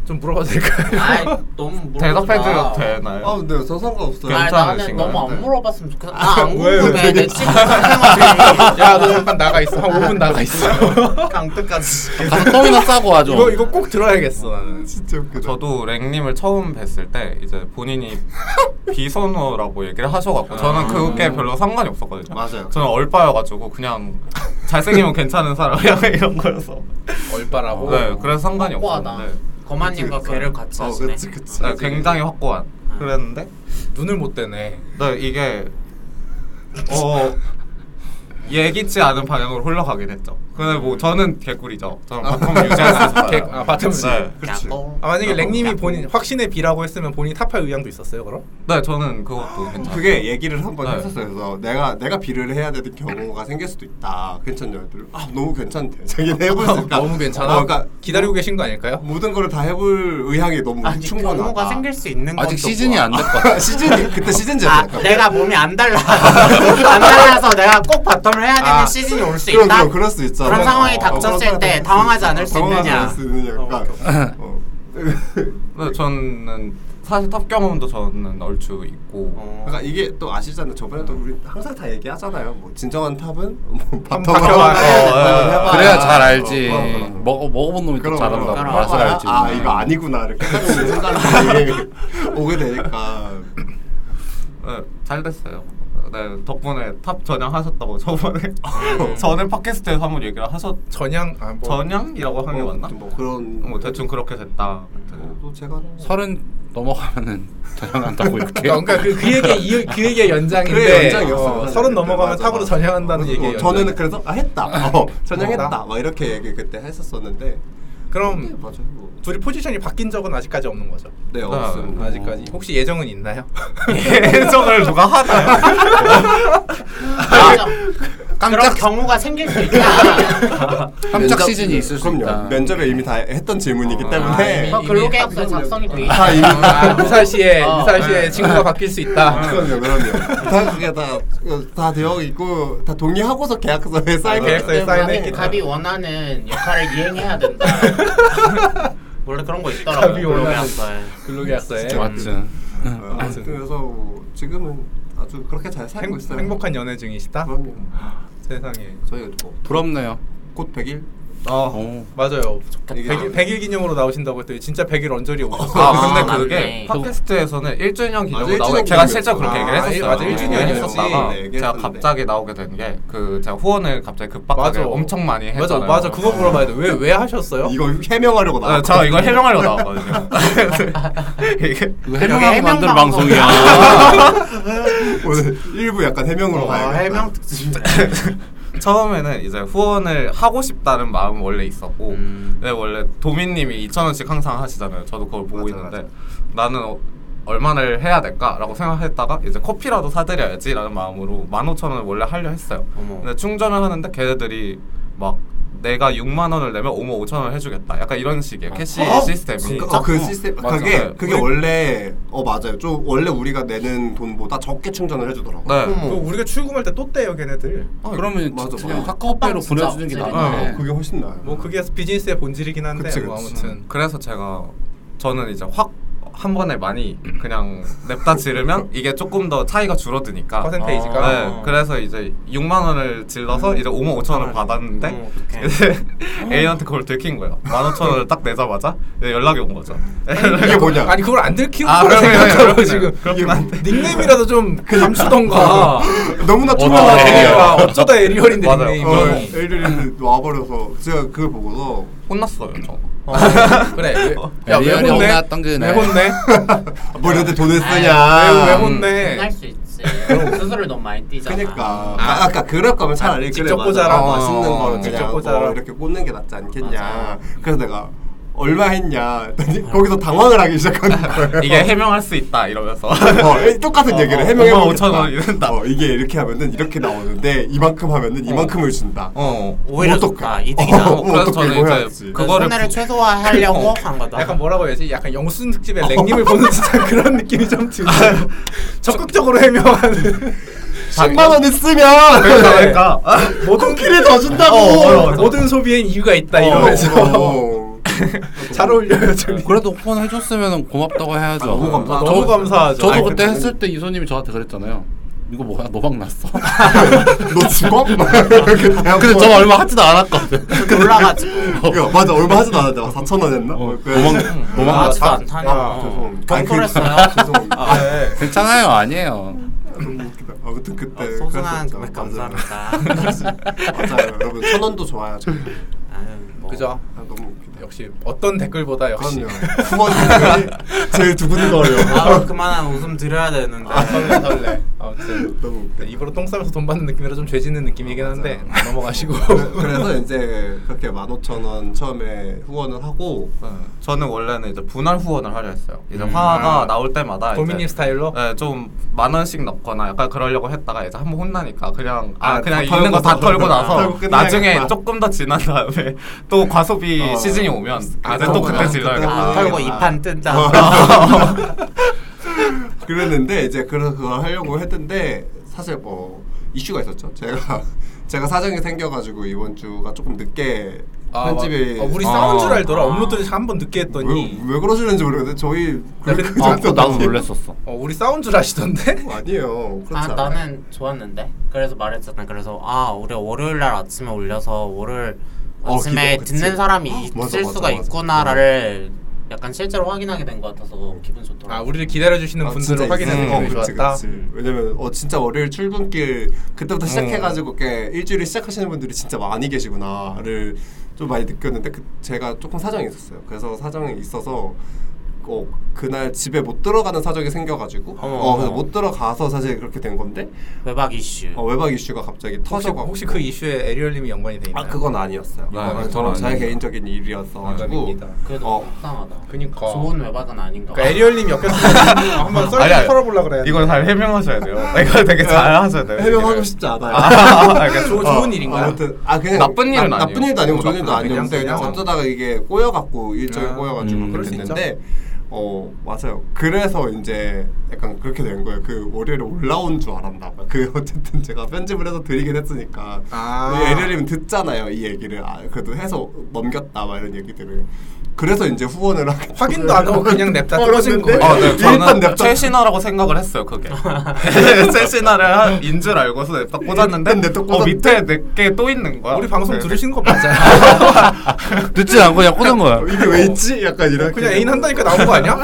S1: 좀 물어봐도 될까요? [laughs]
S3: 아이 너무 물어보지 마.
S5: 대답해도 되나요?
S2: 아, 네, 저 상관없어요.
S3: 아니 나는
S5: 괜찮으신가요?
S3: 너무 안
S2: 네.
S3: 물어봤으면 좋겠어. 나안
S1: 아, 왜,
S3: 궁금해.
S1: 왜?
S3: 내 친구 생활이
S1: 야, 너 잠깐 나가 있어. 한 5분 나가 있어.
S3: 강뜻까지.
S4: 가서 똥이나 싸고 와줘.
S1: 이거 이거 꼭 들어야겠어 나는.
S2: 진짜 웃기다.
S5: 저도 랭님을 처음 뵀을 때 이제 본인이
S2: [laughs]
S5: 비선호라고 얘기를 하셔갖고 저는 그게 별로 상관이 없었거든요.
S2: 아. 맞아요.
S5: 저는 얼빠여가지고 그냥 잘생기면 괜찮은 사람이야
S2: [laughs]
S5: 이런 거여서.
S1: 얼빠라고.
S5: 네, 그래서 상관이
S3: 확고하다.
S5: 없었는데.
S3: 거만님과
S2: 그치.
S3: 괴를 같이
S2: 어,
S3: 하시네.
S2: 그치, 그치.
S5: 네, 굉장히 확고한.
S2: 아.
S5: 그랬는데,
S1: 눈을 못 떼네.
S5: 네 이게 어 예기치 않은 방향으로 흘러가게 됐죠. 근데 뭐 저는 개꿀이죠. 저는 바텀 유지할 수 있어요.
S1: 개- 아, 바텀
S5: 네.
S3: 야고. 어.
S1: 아, 만약에
S3: 야고,
S1: 랭님이
S3: 야고.
S1: 본인 확신의 비라고 했으면 본인 탑할 의향도 있었어요 그럼?
S5: 네, 저는 그것도 괜찮아요.
S2: 그게 얘기를 한번
S5: 네.
S2: 했었어요. 그래서 내가 내가 비를 해야 되는 경우가 생길 수도 있다. 괜찮냐? 애들. 아 너무 괜찮대. [laughs] 자기는 해보니까
S1: 너무 괜찮아.
S2: 어, 그러니까
S1: 기다리고 계신 거 아닐까요?
S2: 모든 거를 다 해볼 의향이 너무
S3: 아니
S2: 충분하다.
S3: 경우가 생길 수 있는 것도
S4: 아직 시즌이
S3: 뭐야.
S4: 안 될 것 같아.
S2: [laughs] 시즌이 그때 시즌제였어.
S3: 아,
S2: 약간.
S3: 내가 몸이 안 달라. 안 달라서 내가 꼭 바텀을 해야 되는
S1: 아,
S3: 시즌이 올 수
S2: 그럼,
S3: 있다.
S2: 그럼 그럴 수 있잖아.
S3: 그런 상황이
S2: 어,
S3: 닥쳤을
S2: 그런 상황이
S3: 때
S2: 닥쳤을
S3: 당황하지
S2: 때.
S3: 않을 수
S2: 당황하지
S3: 있느냐.
S2: 않을 수 있느냐. 그러니까, 어.
S5: 네, 저는 사실 탑 경험도 저는 얼추 있고
S3: 어.
S2: 그러니까 이게 또 아시잖아요. 저번에 또 우리 항상 다 얘기하잖아요. 뭐 진정한 탑은
S3: 음,
S2: 뭐 바텀
S1: 바텀
S2: 해봐.
S1: 해봐.
S2: 해봐.
S4: 그래야
S1: 아,
S4: 잘 알지.
S2: 어, 어, 어.
S4: 먹어 먹어본 놈이 더
S2: 그럼
S4: 잘한다고
S2: 그럼
S4: 맛을
S2: 해봐야,
S4: 알지.
S2: 아 이거 아니구나 이렇게 생각하는 [laughs] 순간이 오게 되니까
S5: 네, 잘 됐어요. 네, 덕분에 탑 전향하셨다고 [laughs] 저번에 [laughs] 전에 팟캐스트에서 한번 얘기를 하셨
S1: 전향 아, 뭐
S5: 전향이라고 하는 게 맞나?
S2: 뭐 그런
S1: 어,
S5: 뭐 대충 그렇게 됐다. [laughs]
S2: 어, 또 제가
S4: 서른 넘어가면은 [laughs]
S1: [laughs]
S4: 전향한다고 이렇게.
S1: 그러니까 그, 그 얘기의 이유- 그 얘기의 연장인데
S2: 그의 연장이었어요.
S1: 어, 서른 넘어가면 탑으로 전향한다는 얘기예요.
S2: 저는 그래서 아, 했다. 어, 전향했다.
S1: 어.
S2: 막 이렇게 얘기 그때 했었었는데 네,
S1: 그럼
S2: 맞아요. 뭐.
S1: 둘이 포지션이 바뀐 적은 아직까지 없는 거죠.
S2: 네 없음.
S1: 아직까지 혹시 예정은 있나요?
S5: 예정을 누가 하나요?
S3: 맞아. 그런
S4: 깜짝
S3: 경우가 생길 수 있다.
S4: 깜짝 시즌이 있을 수
S2: 어. 그럼요.
S4: 있다.
S2: 면접에 이미 다 했던 질문이기
S3: 아, 이미,
S2: 때문에
S3: 이미 근로계약서 작성이 돼 있다.
S2: 다 이미
S1: 아, 무사 씨의
S3: 어.
S1: 무사 씨의 친구가 바뀔 수 있다.
S2: 아, 그럼요, 그럼요. 다 그게 다다 되어 있고 다 동의하고서 계약서에 네, 사인.
S1: 아, 계약서에 사인했기 때문에.
S3: 갑이 원하는 역할을 이행해야 된다. 원래 그런 거 있더라고.
S1: 갑이 원하는-
S3: 근로계약서에.
S1: 근로계약서에
S2: 진짜
S4: 네, 맞지.
S1: 음.
S2: 아무튼 그래서 뭐 지금은 아주 그렇게 잘 살고
S1: 네. 행,
S2: 있어요. 어.
S1: 행복한 연애 중이시다.
S2: 그럼요.
S1: 세상에
S2: 저희 뭐,
S4: 부럽네요.
S2: 곧 100일.
S4: 어.
S1: 맞아요.
S2: 이게-
S1: 100일, 100일 기념으로 나오신다고 했더니 진짜 100일 언저리에 오셨어.
S5: 아, 근데
S3: 아,
S5: 그게
S3: 맞네.
S5: 팟캐스트에서는 1주년 기념으로
S2: 일주년
S5: 나오고 제가
S2: 기념이었구나.
S5: 실제 그렇게 얘기를
S2: 아,
S5: 했었어요.
S1: 맞아, 일주년이었지.
S5: 했었다가
S2: 네, 얘기했었는데.
S5: 제가 갑자기 나오게 된 게 그 제가 후원을 갑자기 급박하게 엄청 많이
S1: 맞아,
S5: 했잖아요.
S1: 맞아. 그거 물어봐야 돼. 왜 왜 하셨어요?
S2: 이거 해명하려고 나.
S5: 네,
S1: 아,
S5: 제가 이걸 해명하려고 나왔거든요. 이게
S4: 이거 해명하고
S3: 해명
S4: 만든
S3: 방송.
S4: 방송이야.
S2: [laughs] 오늘 일부 약간 해명으로
S3: 어,
S2: 가야겠다.
S3: 해명 특집.
S5: 처음에는 이제 후원을 하고 싶다는 마음 원래 있었고
S3: 음.
S5: 근데 원래 도민님이 2,000원씩 항상 하시잖아요 저도 그걸 보고
S2: 맞아,
S5: 있는데
S2: 맞아.
S5: 나는 어, 얼마를 해야 될까라고 생각했다가 이제 커피라도 사드려야지 라는 마음으로 15,000원을 원래 하려 했어요
S3: 어머.
S5: 근데 충전을 하는데 걔네들이 막 내가 6만 원을 내면 오모 5천 원을 해주겠다 약간 이런 식의 캐시
S2: 어?
S5: 시스템이 네.
S2: 그러니까 어, 그 시스템
S4: 맞아.
S1: 네.
S2: 그게 그게
S5: 우리-
S2: 원래 어 맞아요. 좀 원래 우리가 내는 돈보다 적게 충전을 해주더라고.
S5: 네.
S1: 그거 우리가 출금할 때 또 떼요 걔네들.
S4: 아, 그러면
S2: 맞아,
S4: 그냥
S2: 맞아.
S4: 카카오페이로
S3: 진짜
S4: 보내주는 게
S3: 없지.
S4: 나아.
S2: 어, 그게 훨씬 나아요.
S1: 뭐 그게 비즈니스의 본질이긴 한데
S2: 그치,
S1: 뭐
S2: 그치.
S1: 아무튼
S5: 그래서 제가 저는 이제 확 한 번에 많이 그냥 냅다 지르면 이게 조금 더 차이가 줄어드니까
S1: 퍼센테이지가 음.
S5: 네, 그래서 이제 6만 원을 질러서 이제 5만 5천
S1: 아,
S5: 원을 받았는데 [laughs]
S3: 어, 어떡해.
S5: 이제 A한테 그걸 들킨 거예요. 1만 5천 원을 딱 내자마자 이제 연락이 온 거죠.
S1: 음.
S2: 이게 뭐냐?
S1: 아니 그걸 안 들키고
S5: 아,
S1: 그걸
S5: 그러네요.
S1: 생각하고
S5: 그렇구나.
S1: 지금 뭐
S5: 그렇긴 한데.
S1: 닉네임이라도 [laughs] 좀 감추던가.
S2: 너무나
S1: 아,
S2: 투명하게
S1: 그러니까 어쩌다 에리얼인데
S5: 맞아요.
S1: 닉네임이.
S2: 어, 애들이 와버려서 제가 그걸 보고서
S5: 혼났어요, 저.
S1: 어, 그래. 야, 왜
S4: 에리얼이
S1: 혼내?
S4: 혼났던 그네.
S1: 왜 혼내?
S2: 뭐 이런데 돈 아,
S1: 왜, 왜
S2: 쓰냐?
S1: 혼내?
S3: 혼날 수 있지. 스스로 너무 많이 뛰잖아.
S2: 그러니까 아, 아까 그럴 거면 차라리
S1: 직접
S2: 그래,
S1: 보자라.
S2: 맞아. 맛있는
S5: 어,
S2: 거
S1: 직접
S2: 그냥
S1: 보자라.
S2: 뭐 이렇게 꽂는 게 낫지 않겠냐.
S3: 맞아.
S2: 그래서 내가 얼마 했냐? 했더니 거기서 당황을 하기 시작하는 거예요.
S5: 이게 해명할 수 있다 이러면서. [laughs]
S2: 어, 이- 똑같은
S5: 어,
S2: 얘기를
S5: 어,
S2: 해명해
S5: 5만 5천 원 이랬다.
S2: 어, 이게 이렇게 하면은 이렇게 나오는데 이만큼 하면은 이만큼을 준다.
S5: 어.
S3: 오히려
S2: 어떡해.
S3: 좋다. 이득이다.
S2: 어,
S5: 그래서 저는
S1: 뭐
S2: 어떻게
S5: 이제
S2: 해야지?
S5: [laughs] 그-
S3: 그
S5: 그거를
S3: 손해를 어, [laughs]
S5: 부-
S3: 최소화하려고 한 거다.
S1: [laughs] 약간 뭐라고 뭐 해야지? 약간 영수증
S5: [laughs]
S1: 특집에 랭님을 보는 듯한 그런 느낌이 좀 들고 아, 적극적으로 해명하는
S2: 10만 원을 쓰면
S5: 그러니까
S1: 모든 어,
S2: 쿠키를 더 준다고.
S1: 모든 소비엔 이유가 있다
S2: 어,
S1: 이러면서
S2: 어, 어.
S1: 잘 어울려요 저기.
S4: 그래도 후원 해줬으면 고맙다고 해야죠.
S2: 너무 감사-
S4: 저-
S1: 너무 감사하죠.
S4: 저도
S1: 아이,
S4: 그때
S1: 그-
S4: 했을 때 이소님이 저한테 그랬잖아요. 이거 뭐야? 너방 났어?
S2: 너 어? 직업? 근데
S4: 근데 저 얼마 하지도 않았거든.
S3: 놀라가지고
S2: 야, 맞아 얼마 하지도 않았는데 4천 원 했나?
S4: 어,
S2: 어, 그래.
S4: 도망 도망
S3: 하지도
S1: 아,
S3: 않다냐.
S1: 아,
S3: 어.
S2: 죄송.
S3: 경솔했어요.
S2: 아니, 그- 죄송합니다.
S1: 아, 네.
S4: 괜찮아요, 아니에요.
S2: 너무 웃기다. 아무튼 그때
S3: 어, 소중한
S2: 그랬었죠.
S3: 금액
S2: 맞아요.
S3: 감사합니다.
S2: 맞아요 여러분 천 원도 좋아요 저희.
S3: [laughs] 아유, 뭐.
S1: 그죠.
S2: 아, 너무 웃기다.
S1: 역시 어떤 댓글보다 역시
S2: 그럼요. 후원 댓글이
S3: [laughs]
S2: 제일 두근거려.
S3: 아, 그만한 웃음 드려야 되는데. 아,
S1: 설레 설레. [laughs] 아무튼
S2: 너무 웃기다.
S1: 네, 입으로 똥 싸면서 돈 받는 느낌이라 좀 죄지는 느낌이긴 한데 넘어가시고.
S2: 아, 네, 그래서 이제 그렇게 15,000원 처음에 후원을 하고
S5: 저는 원래는 이제 분할 후원을 하려 했어요. 이제
S1: 음.
S5: 화가
S1: 아.
S5: 나올 때마다 이제
S1: 도미님 스타일로.
S5: 네, 좀만 원씩 넣거나 약간 그러려고 했다가 이제 한번 혼나니까 그냥 아,
S2: 아,
S5: 그냥
S2: 다
S5: 있는 거 다
S2: 털고
S5: 털고
S2: 나서.
S5: 나서
S2: 털고 끝내야겠다.
S5: 나중에 조금 더 지난 다음에 또 과소비
S2: 어.
S5: 시즌이 오면
S2: 아,
S5: 이제 또
S2: 그렇구나.
S5: 그때
S3: 아,
S5: 질러야겠다.
S3: 털고
S2: 아.
S3: 이판 뜬다.
S2: [laughs] 그랬는데 이제 그래서 그걸 하려고 했는데 사실 뭐 이슈가 있었죠. 제가 제가 사정이 생겨가지고 이번 주가 조금 늦게
S1: [laughs] 아,
S2: 편집이
S1: 막- 아, 우리
S5: 아.
S1: 싸운 줄 알더라. 업로드를 한번 늦게 했더니.
S2: 왜, 왜 그러시는지 모르겠는데 저희
S1: 근데-
S2: 그렇게 그
S4: 아, 그거
S2: 정도
S4: 나도 놀랐었어.
S1: 어, 우리 싸운 줄 아시던데?
S2: [laughs] 아니에요.
S3: 아
S2: 그렇지 않아요.
S3: 나는 좋았는데 그래서 말했잖아 그래서 아 우리 월요일 날 아침에 올려서 월요일
S2: 어,
S3: 아침에
S2: 기대, 그치.
S3: 듣는 사람이
S2: 헉,
S3: 있을
S2: 맞아, 맞아, 어.
S3: 수가
S2: 맞아.
S3: 있구나를 약간 실제로 확인하게 된 것 같아서
S2: 음.
S3: 기분 좋더라고
S1: 아 우리를 기다려 주시는
S2: 아, 진짜
S1: 분들을 확인해
S2: 있어요.
S1: 주는 게
S2: 어, 그치,
S1: 좋았다. 음.
S2: 그치. 왜냐면 어 진짜 월요일 출근길 그때부터 시작해가지고 이렇게 일주일을 시작하시는 분들이 진짜 많이 계시구나를 좀 많이 느꼈는데 그, 제가 조금 사정이 있었어요. 그래서 사정이 있어서 어 그날 집에 못 들어가는 사정이 생겨가지고 어,
S5: 어머.
S2: 그래서 못 들어가서 사실 그렇게 된 건데
S3: 외박 이슈
S2: 어, 외박 이슈가 갑자기
S1: 예. 혹시,
S2: 터져가지고
S1: 혹시 그 이슈에 에리얼님이 연관이 돼 있나요?
S2: 아 그건 아니었어요.
S5: 네,
S2: 어,
S5: 그건
S2: 저는 제
S5: 아닙니다.
S2: 개인적인 일이었어가지고
S1: 아닙니다.
S3: 그래도
S2: 어.
S3: 속상하다
S1: 그니까.
S3: 좋은 외박은 아닌가
S1: 그러니까 에리얼님 엮였으니까 한번
S5: 아니,
S1: 썰
S5: 아니.
S1: 털어보려 그래.
S5: 이걸 잘 해명하셔야 돼요. 이거 되게 잘 하셔야 돼요.
S2: 해명하고
S5: 얘기를.
S2: 싶지
S1: [laughs]
S2: 않아요.
S5: 아, 그러니까
S1: 좋은
S2: 어,
S1: 좋은 일인가요?
S2: 아무튼 아 그냥
S5: 나쁜 일은 아니에요.
S2: 나쁜 일도 아니고 좋은 일도
S1: 뭐
S5: 나쁜
S1: 일은
S2: 아니었는데
S1: 그냥
S2: 그냥
S1: 그냥
S2: 어쩌다가 이게 꼬여갖고 일정이
S1: 아,
S2: 꼬여가지고 그렇게
S4: 음,
S1: 그럴 수
S2: 됐는데 어 맞아요. 그래서 이제 약간 그렇게 된 거예요. 그 월요일에 올라온 줄 알았나 봐. 그 어쨌든 제가 편집을 해서 드리긴 했으니까
S1: 아.
S2: 우리 에리얼님 듣잖아요 이 얘기를 아, 그래도 해서 넘겼다 막 이런 얘기들을. 그래서 이제 후원을 하게
S1: 확인도 안
S2: [laughs]
S1: 하고 그냥 냅다 떨어진
S2: 떨어졌는데?
S1: 거예요.
S5: 어, 네,
S2: 일반
S5: 저는
S2: 냅다-
S5: 최신화라고 생각을 했어요, 그게. [laughs] 최신화를 인 줄 알고서 냅다 꽂았는데,
S2: 일단 냅다
S5: 어,
S2: 꽂았-
S5: 밑에 내게 또 있는
S2: 아,
S5: 거야.
S1: 우리 방송
S5: 네.
S1: 들으신 거 맞아요?
S2: [laughs]
S4: 늦지 않고 그냥 꽂은 거야.
S2: 이게 왜 있지? 약간 이렇게
S1: 그냥 애인 한다니까 나온 거 아니야?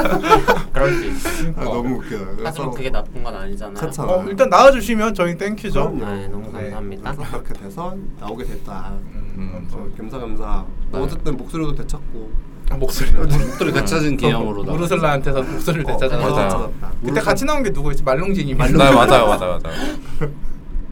S3: 그럴 수 있어
S2: 아, 너무 웃겨요. 그래서
S3: 하지만 그게 나쁜 건 아니잖아요
S2: 그렇잖아요.
S1: 어, 일단 나와주시면 저희 땡큐죠.
S2: 그럼요.
S3: 아이, 네, 너무 감사합니다
S2: 그래서 그렇게 돼서 나오게 됐다.
S1: 음, 네.
S2: 저 겸사겸사 뭐 어쨌든 목소리도 되찾고
S1: 아, 목소리를
S4: 목도리 되찾은 개념으로 나.
S1: 우르슬라한테서 목소리를
S2: 어,
S1: 대짜잖아요.
S2: 맞아요.
S1: 그때 같이 나온 게 누구였지? 말롱진이. [laughs]
S4: 네, 맞아요, 맞아요, 맞아요.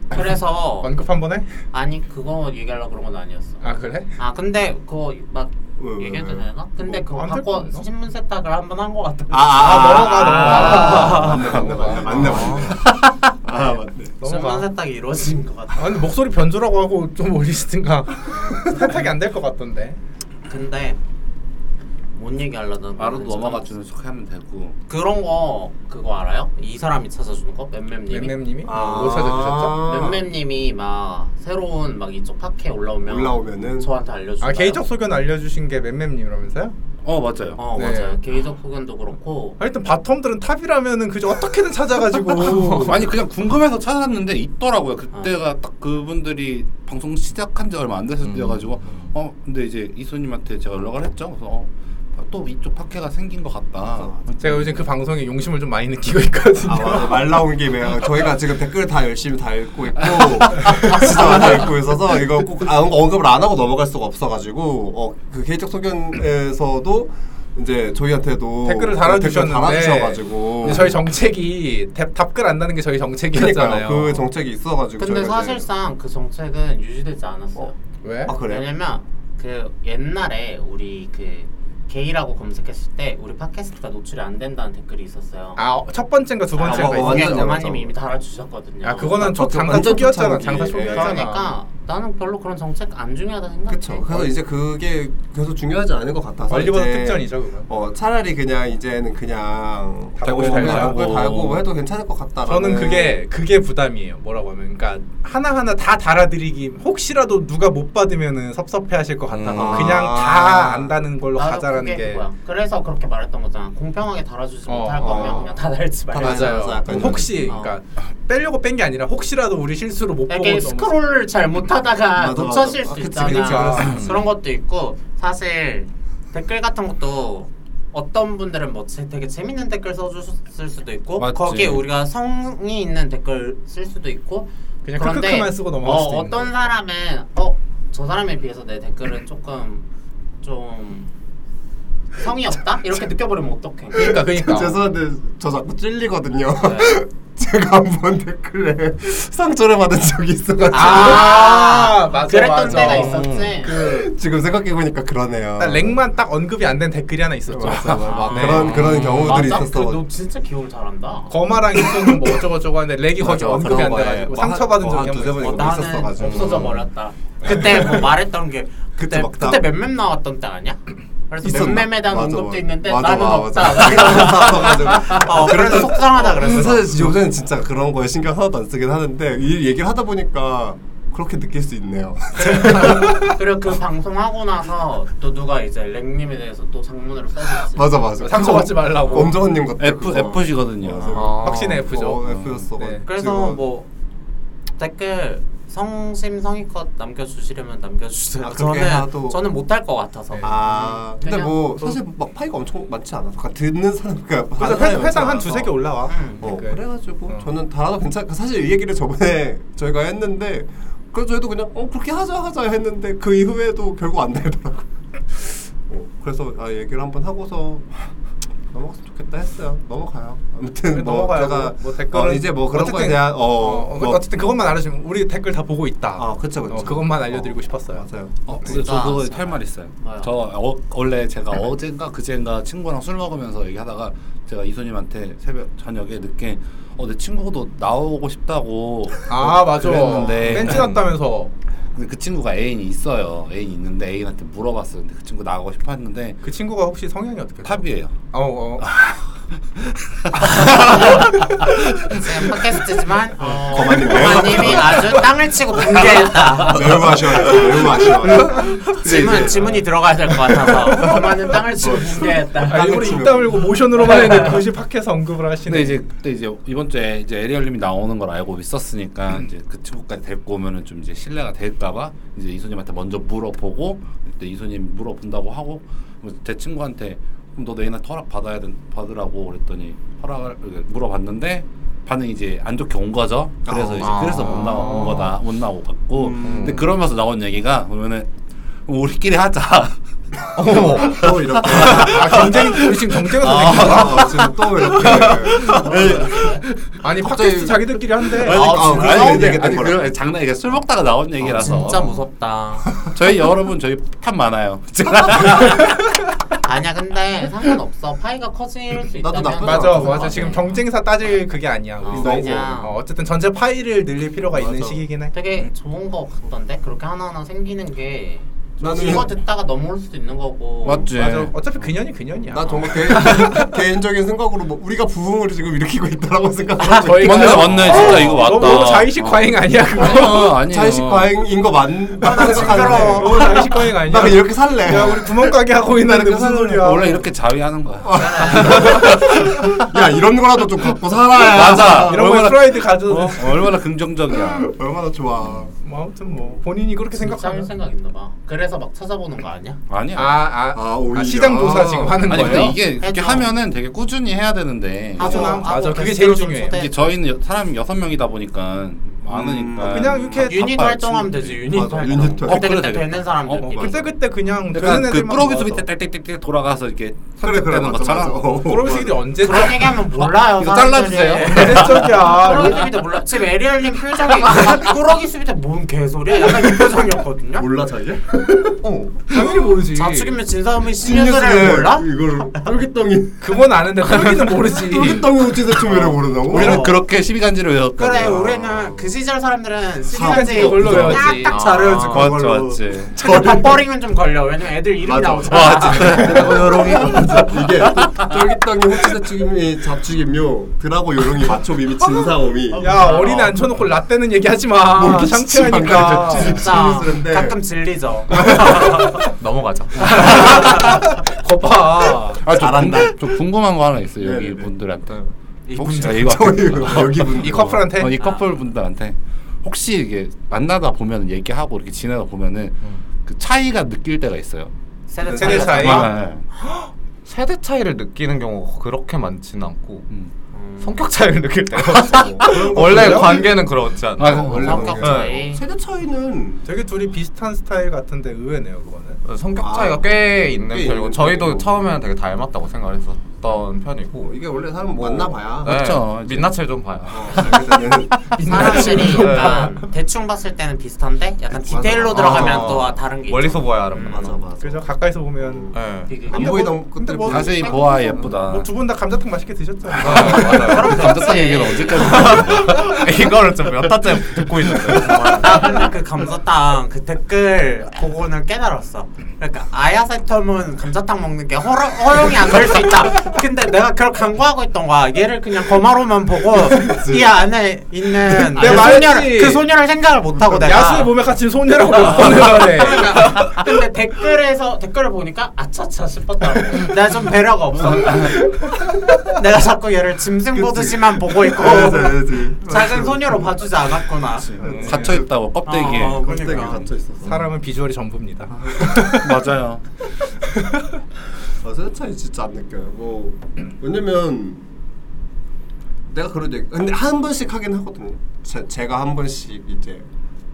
S3: 그래서
S1: 언급 한 번 해?
S3: 아니 그거 얘기하려고 그런 건 아니었어
S1: 아 그래?
S3: 아 근데 그거 막
S2: 왜, 왜,
S3: 얘기해도
S2: 왜?
S3: 되나? 근데
S2: 뭐,
S3: 그거
S1: 안될
S3: 갖고
S1: 건가?
S3: 신문 세탁을 한 번 한 거 같아
S2: 아, 아,
S1: 넘어가, 넘어가.
S2: 아, 맞네, 맞네, 맞네, 맞네. 아, 맞네.
S3: 신문
S1: 넘어가.
S3: 세탁이 이루어진 것 같아
S1: 아 근데 목소리 변조라고 하고 좀 올리시든가
S2: [laughs]
S1: 세탁이 안 될 것 같던데.
S3: 근데 뭔 얘기 하려던
S4: 바로 넘어가 주는 척 하면 되고.
S3: 그런 거 그거 알아요? 이 사람이 찾아주는 거 맴맴님이 어.
S1: 맴맴님이
S2: 아.
S1: 뭐 찾아주셨죠?
S3: 맴맴님이 막 새로운 막 이쪽 팟캐 올라오면
S2: 올라오면은
S3: 저한테 알려준다.
S1: 아 개인적 소견 알려주신 게 맴맴님이라면서요?
S4: 어, 맞아요.
S3: 어
S1: 네.
S3: 맞아요. 개인적 소견도 그렇고
S1: 하여튼 바텀들은 탑이라면은 그저 어떻게든
S2: [laughs]
S1: 찾아가지고
S4: 아니 그냥 궁금해서 찾았는데 있더라고요. 그때가 딱 그분들이 방송 시작한 지 얼마 안 됐을 때여가지고 어 근데 이제 이소님한테 제가 연락을 했죠. 그래서 어, 또 이쪽 파케가 생긴 것 같다.
S1: 제가 요즘 그 방송에 용심을 좀 많이 느끼고 있거든요.
S2: 아, 맞아. 말 나온 김에 저희가 지금 댓글 다 열심히 다
S1: [laughs]
S2: 읽고 있고 진짜 다 읽고 있어서 이거 꼭 아, 언급을 안 하고 넘어갈 수가 없어가지고 어, 그 개인적 소견에서도 이제 저희한테도
S1: 댓글을
S2: 댓글 달아주셔가지고
S1: 달아주셨는데 저희 정책이 답- 답글 안다는 게 저희 정책이었잖아요.
S2: 그러니까요. 그 정책이 있어가지고
S3: 근데
S2: 저희가 이제-
S3: 사실상 그 정책은 유지되지 않았어요.
S1: 왜?
S2: 아 그래요?
S3: 왜냐면 그 옛날에 우리 그 게이라고 검색했을 때 우리 팟캐스트가 노출이 안 된다는 댓글이 있었어요.
S1: 아첫 번째인가 두 번째인가
S2: 아, 어,
S1: 있었죠.
S2: 완전-
S3: 어마님이
S2: 맞아.
S3: 이미 달아주셨거든요. 네,
S1: 야 그거는 저
S2: 맞죠.
S1: 장사
S2: 완전
S1: 초기였잖아.
S2: 초창기.
S1: 장사
S2: 예.
S1: 초기였잖아.
S3: 그러니까 나는 별로 그런 정책 안 중요하다 생각해.
S2: 그쵸. 그래서 이제 그게 계속 중요하지 않은 것 같아서
S1: 얼리버드
S2: 이제
S1: 특전이죠, 그건.
S2: 어 차라리 그냥 이제는 그냥
S1: 달고
S2: 어,
S1: 달고
S2: 달고
S4: 달고.
S2: 달고 해도 괜찮을 것 같다.
S1: 저는 그게 그게 부담이에요. 뭐라고 하면, 그러니까 하나 하나 다 달아드리기 혹시라도 누가 못 받으면은 섭섭해하실 것 같아서
S2: 음.
S1: 그냥
S2: 아.
S1: 다 안다는 걸로
S3: 나도
S1: 가자라는
S3: 그게
S1: 게
S3: 그거야. 그래서 그렇게 말했던 거잖아. 공평하게 달아주지
S1: 어,
S3: 못할
S1: 어.
S3: 거면 그냥 다 달지 말자.
S2: 맞아요. 맞아요. 약간
S1: 그럼
S2: 이런
S1: 혹시
S3: 어.
S1: 그러니까 빼려고 뺀 게 아니라 혹시라도 우리 실수로 못 보고
S3: 이렇게
S1: 넘어서-
S3: 스크롤을 잘 못하다가
S2: 맞아, 맞아.
S3: 놓쳐질
S2: 아,
S3: 수
S2: 그치,
S3: 있잖아.
S2: 그치,
S1: 알았어.
S3: 그런 것도 있고 사실 댓글 같은 것도 어떤 분들은 뭐 제- 되게 재밌는 댓글 써주셨을 수도 있고
S4: 맞지.
S3: 거기에 우리가 성이 있는 댓글 쓸 수도 있고
S1: 그냥
S3: 그런데
S1: 크크크만 쓰고 넘어갈
S3: 어,
S1: 수도 있는
S3: 어떤
S1: 거지.
S3: 사람은 어 저 사람에 비해서 내 댓글은 조금 좀 성이 없다 이렇게 느껴버리면 어떡해?
S1: 그러니까 그러니까
S2: 죄송한데 저 자꾸 찔리거든요.
S1: 네.
S2: [laughs] 제가 한 번 댓글에 상처를 받은 적이 있어가지고
S1: 아, 맞아,
S3: 그랬던
S1: 맞아. 음. 그
S3: 때가 있었지.
S2: 지금 생각해 보니까 그러네요.
S1: 일단 아, 랭만 딱 언급이 안 된 댓글이 하나 있었죠.
S2: 맞아, 맞아.
S1: 네.
S2: 그런 그런 경우들이
S3: 맞아?
S2: 있었어. 어,
S3: 그너 진짜 기억을 잘한다.
S1: 거마랑 인소는 뭐 어쩌고 저쩌고 하는데 렉이 거의
S2: 맞아,
S1: 언급이
S2: 그런
S1: 안
S2: 거에
S1: 돼가지고
S2: 뭐 한-
S1: 상처받은
S2: 뭐
S1: 적이
S2: 한
S1: 한
S2: 두세
S1: 번
S2: 번
S1: 있어.
S3: 어,
S2: 뭐
S3: 나는
S2: 있었어가지고. 네.
S3: 없어져 버렸다. 그때 뭐 말했던 게 그때
S2: [laughs] 그때 막
S3: 그때
S2: 딱-
S3: 몇맵 나왔던 때 아니야? 그래서
S2: 있었나?
S3: 몇맵에 대한
S2: 맞아,
S3: 언급도
S2: 맞아.
S3: 있는데
S2: 맞아,
S3: 나는
S2: 맞아,
S3: 없다.
S2: [laughs] 맞아. 없어가지고.
S3: 어, 그래서 속상하다
S2: 근데
S3: 그랬어.
S2: 사실 요새는 진짜 그런 거에 신경 하나도 안 쓰긴 하는데 이 얘기를 하다 보니까 그렇게 느낄 수 있네요.
S3: [laughs]
S2: [laughs]
S3: 그리고 그 방송하고 나서 또 누가 이제 랭님에 대해서 또 장문으로 써줬지.
S2: 맞아 맞아.
S1: 상처받지
S2: 그거
S1: 말라고.
S2: 엄정원님 같아.
S4: F
S2: 그거.
S4: F시거든요.
S3: 네.
S2: 맞아요.
S5: 아.
S1: 확신의 F죠.
S2: 어, F였어.
S1: 네.
S3: 그래서 뭐 댓글 성심 성의껏 남겨주시려면 남겨주세요.
S2: 아, 그렇게
S3: 저는
S2: 하도-
S3: 저는 못할 것 같아서.
S2: 아 근데
S3: 그냥
S2: 뭐 사실 막 파이가 엄청 많지 않아. 그러니까 듣는 사람 그러니까
S1: 그래서
S2: 하는
S1: 회상,
S2: 사람이
S1: 회상 한
S2: 많지
S1: 두세 개
S2: 않아서.
S1: 올라와.
S3: 음.
S2: 어,
S1: 댓글.
S2: 그래가지고
S1: 어.
S2: 저는 달아도 괜찮. 사실 이 얘기를 저번에 [laughs] 저희가 했는데 그래서 저희도 그냥 어 그렇게 하자 하자 했는데 그 이후에도 결국 안 되더라고. [laughs] 어, 그래서 아 얘기를 한번 하고서 [laughs] 넘어갔으면 좋겠다 했어요. 넘어가요. 아무튼 뭐
S1: 넘어가요.
S2: 제가
S1: 뭐 댓글은
S2: 어, 이제 뭐 그런 거에
S1: 어쨌든-
S2: 대한 어,
S1: 어, 어,
S2: 뭐-
S1: 어쨌든 그것만 알려주면 우리 댓글 다 보고 있다.
S2: 아 그쵸 그쵸
S1: 어, 그것만 알려드리고 싶었어요.
S2: 맞아요.
S4: 어, 근데
S3: 진짜.
S4: 저 그거 할 말 있어요.
S3: 뭐요?
S4: 저 어, 원래 제가 어젠가 그젠가 친구랑 술 먹으면서 얘기하다가 제가 이소님한테 새벽 저녁에 늦게 어, 내 친구도 나오고 싶다고
S1: 아
S2: 어,
S1: 맞아.
S4: 그랬는데
S1: 벤치 났다면서
S4: 근데 그 친구가 애인이 있어요. 애인이 있는데 애인한테 물어봤어요. 근데 그 친구 나오고 싶어 했는데
S1: 그 친구가 혹시 성향이 어떻게? 돼?
S4: 탑이에요.
S1: 어 어.
S3: 지금 팟캐스트지만 어, 거마님이 아주 땅을 치고 붕괴했다.
S2: 매우 아쉬워요.
S1: [laughs]
S2: 매우 아쉬워요.
S3: 지문 지문이 들어가야 될 것 같아서 거마는 땅을 치고 붕괴했다.
S1: 아,
S2: 땅을
S1: 일부러
S2: 치면.
S1: 입 다물고 모션으로만
S2: [laughs]
S1: 했는데 굳이 팟캐서 언급을 하시네.
S4: 근데 이제 그때 이제 이번 주에 이제 에리얼님이 나오는 걸 알고 있었으니까 이제 그 친구까지 데리고 오면은 좀 이제 신뢰가 될까봐 이제 이소님한테 먼저 물어보고 그때 이소님 물어본다고 하고 뭐제 친구한테 그럼 너 내일날 허락 받아야 된 받으라고 그랬더니 허락을 이렇게 물어봤는데 반응이 이제 안 좋게 온 거죠. 그래서
S2: 아.
S4: 이제 그래서 못 나온 거다 못 나오고 갔고 근데 그러면서 나온 얘기가 그러면은 우리끼리 하자.
S2: 또, 또 이렇게
S1: 아 경쟁 우리 지금 경쟁에서 생긴 거야?
S2: 아, 지금 또 이렇게
S1: 아니
S2: 갑자기-
S1: 팟캐스트 자기들끼리 한데.
S4: 아니,
S2: 아,
S4: 그-
S2: 그런
S4: 아니,
S2: 얘기가 된
S4: 아니,
S2: 거라고.
S4: 그런- 장난 이게 술 먹다가 나온 얘기라서
S3: 아, 어, 진짜 무섭다.
S4: 저희 여러분 저희 판 많아요. [laughs]
S3: 아니야 근데 상관없어. 파이가 커질 수
S2: 나도
S3: 있다면
S2: 나쁘지
S1: 맞아
S2: 그런
S1: 맞아,
S2: 거 같아.
S1: 지금 경쟁사 따질 그게 아니야. 우리
S3: 어,
S1: 너무
S3: 그냥.
S1: 어, 어쨌든 전체 파일을 늘릴 필요가 있는
S2: 맞아. 네.
S1: 시기긴 해.
S3: 되게 좋은 거 같던데 그렇게 하나하나 생기는 게
S2: 나는-
S3: 이거 듣다가 넘어올 수도 있는 거고
S4: 맞지.
S1: 맞아. 어차피 그년이 그년이야.
S2: 나 정말 개인, [laughs] 개인적인 생각으로 뭐 우리가 부흥을 지금 일으키고 있다라고
S4: 아,
S2: 생각하고
S1: [laughs] 저희가요?
S4: 맞네, 맞네. 진짜 이거 맞다. 어.
S1: 너무 어, 뭐, 자의식 과잉 아니야 그거?
S4: 아, 아니에요.
S2: 자의식 과잉인 거
S1: 아,
S2: 맞다고
S1: 징그러워.
S2: 생각하는데
S1: 너무 어, 자의식 과잉 아니야?
S2: 나 그냥 이렇게 살래
S1: 야 우리 구멍가게 하고 있는데
S2: 나는
S1: 무슨
S2: 그래서
S1: 소리야? 아,
S4: 원래 이렇게 자위하는 거야.
S2: 야 이런 거라도 좀 갖고 살아야
S4: 맞아.
S1: 이런 거에
S4: 얼마나-
S1: 프라이드 가져도
S4: 어, 얼마나 긍정적이야.
S2: 얼마나 좋아
S1: 뭐 아무튼 뭐 본인이 그렇게
S3: 생각할
S1: 생각하면
S3: 생각 있나 봐. 그래서 막 찾아보는 거 아니야?
S4: 아니야.
S1: 아아
S2: 아, 오히려.
S1: 시장 조사 지금 하는
S4: 아니
S1: 거예요? 그렇죠.
S4: 근데 이게 그렇게
S3: 해줘.
S4: 하면은 되게 꾸준히 해야 되는데
S1: 맞아, 네.
S3: 하고,
S1: 맞아.
S3: 하고
S1: 그게
S3: 게스트를
S1: 제일
S3: 좀
S1: 중요해.
S3: 초대해.
S4: 이게 저희는 여- 사람 여섯 명이다 보니까 많으니까
S1: 음, 그냥 이렇게
S4: 바빠요,
S3: 유닛 활동하면
S4: 친구들이.
S3: 되지 유닛
S2: 맞아,
S3: 활동.
S2: 유닛 활동.
S3: 그때
S4: 어, 그래,
S3: 그때 되는
S4: 되겠다.
S3: 사람들.
S4: 어, 어,
S3: 끼리
S4: 맞아.
S1: 그때 그때 그냥 되는
S4: 약간 그
S1: 애들만
S4: 프로기수 밑에
S1: 모아서.
S4: 땡땡땡땡 돌아가서 이렇게
S2: 그래 그래
S4: 선택되는
S2: 맞아
S4: 것처럼
S2: 맞아 어,
S1: 프로기수
S2: 맞아.
S1: 밑에 언제
S3: 그런 얘기하면 몰라요.
S4: 이거
S3: 사람들이. 아,
S4: 잘라주세요.
S1: 네.
S3: [laughs]
S1: 대적이야.
S3: 꾸러기수비도 몰라. 지금 에리얼님 표정이 꾸러기수비도 뭔 개소리야? 약간 이 표정이었거든요.
S2: 몰라 자기? 어
S1: 당연히 모르지.
S3: 자축이면 진사람이 신유스를 몰라?
S2: 이걸 똘기덩이
S1: 그건 아는데 프로기는 모르지.
S2: 똘기덩이 우찌대 투매를 모른다고?
S1: 어.
S2: 어.
S4: 우리는 그렇게 시비간지를 어, 외웠거든.
S3: 그래 우리는 그 시절 사람들은
S1: 시간제
S3: 시간제
S1: 그걸로
S5: 외웠지.
S3: 딱딱 잘 외우지
S5: 아,
S3: 그걸로. 밥버리면 좀 걸려. 왜냐면 애들 이름이 나오잖아.
S2: 드라고 어, 요롱이 이게 쫄깃당이 호치대축임이 잡축임요 드라고 요롱이 마초미미 진사오미
S1: 야 어린애 앉혀놓고 라떼는 얘기하지 마.
S2: 뭐
S1: 창피하니까.
S2: 미치지 마.
S3: 진짜
S2: 재밌는데.
S3: 가끔 질리죠.
S5: 넘어가자.
S1: 거봐.
S4: 아, 좀,
S2: 잘한다.
S4: 궁금- 좀 궁금한 거 하나 있어요 여기
S2: 네네네.
S4: 분들한테
S5: 이
S4: 혹시
S5: 분들.
S4: [laughs] 이거
S2: 저희 여기 분
S1: 이 커플한테
S4: 어, 이 커플 분들한테 혹시 이게 만나다 보면 얘기하고 이렇게 지내다 보면은
S2: 음.
S4: 그 차이가 느낄 때가 있어요.
S3: 세대
S1: 세대
S2: 아,
S3: 차이가
S1: 차이?
S3: 좀-
S4: 네.
S5: 세대 차이를 느끼는 경우가 그렇게 많지는 않고
S4: 음.
S5: 성격 차이를 느낄 때가 있어. 원래
S1: 그래요?
S5: 관계는 그렇지 않아.
S4: 아, 원래
S3: 성격 차이.
S2: 세대 차이는
S1: 되게 둘이 비슷한 스타일 같은데 의외네요 그거는.
S5: 성격
S2: 아,
S5: 차이가 꽤 있는
S2: 꽤
S5: 편이고
S2: 있는
S5: 저희도
S2: 편이고.
S5: 처음에는 되게 닮았다고 생각했었던
S3: 어,
S5: 편이고
S2: 뭐 이게 원래 사람 만나봐야
S5: 네,
S4: 맞죠, 이제.
S5: 민낯을 좀 봐요.
S2: 어, 알게 되면은
S3: 사람들이
S5: 네.
S3: 약간 대충 봤을 때는 비슷한데 약간
S2: 맞아.
S3: 디테일로
S2: 아,
S3: 들어가면
S5: 어,
S3: 또 다른 게
S5: 멀리서
S3: 있죠.
S5: 봐야 알아.
S2: 맞아 맞아
S1: 그죠 가까이서 보면
S5: 예.
S3: 비교.
S2: 안
S1: 근데
S2: 보이던
S1: 뭐-
S2: 것들
S1: 근데 뭐-
S4: 자세히 보아 예쁘다.
S1: 뭐 두 분 다 감자탕 맛있게 드셨잖아요.
S3: [laughs]
S4: 그럼 감자탕 얘기를 언제까지?
S2: [laughs]
S5: [laughs] 이거를 좀몇 달째 듣고 있는데.
S3: 나 근데 [laughs] 그 감자탕 그 댓글 보고는 깨달았어. 그러니까 아야세텀은 감자탕 먹는 게 허러, 허용이 안 될 수 있다. 근데 내가 그걸 강구하고 있던 거야. 얘를 그냥 거마로만 보고 이 안에 있는
S1: 내가
S3: 그
S1: 말했지.
S3: 소녀를 그 소녀를 생각을 못 하고 내가
S1: 아, 야수의 몸에 같이 손이라고 보내라네.
S3: 그러니까 근데 댓글에서 댓글을 보니까 아차차 싶었다고. 내가 좀 배려가 없어. 내가 자꾸 얘를 짐승 보듯이만 보고 있고
S2: 맞아 맞아
S3: 작은 소녀로 봐주지 않았구나. 음.
S4: 갇혀 있다고 껍데기에.
S3: 어,
S2: 껍데기
S3: 그러니까.
S2: 갇혀 있었어
S1: 사람은 비주얼이 전부입니다.
S4: [laughs] 맞아요.
S2: 아, 세대 차이 진짜 안 느껴요. 뭐 왜냐면 내가 그래도 얘기- 근데 한 번씩 하긴 하거든요. 제, 제가 한 번씩 이제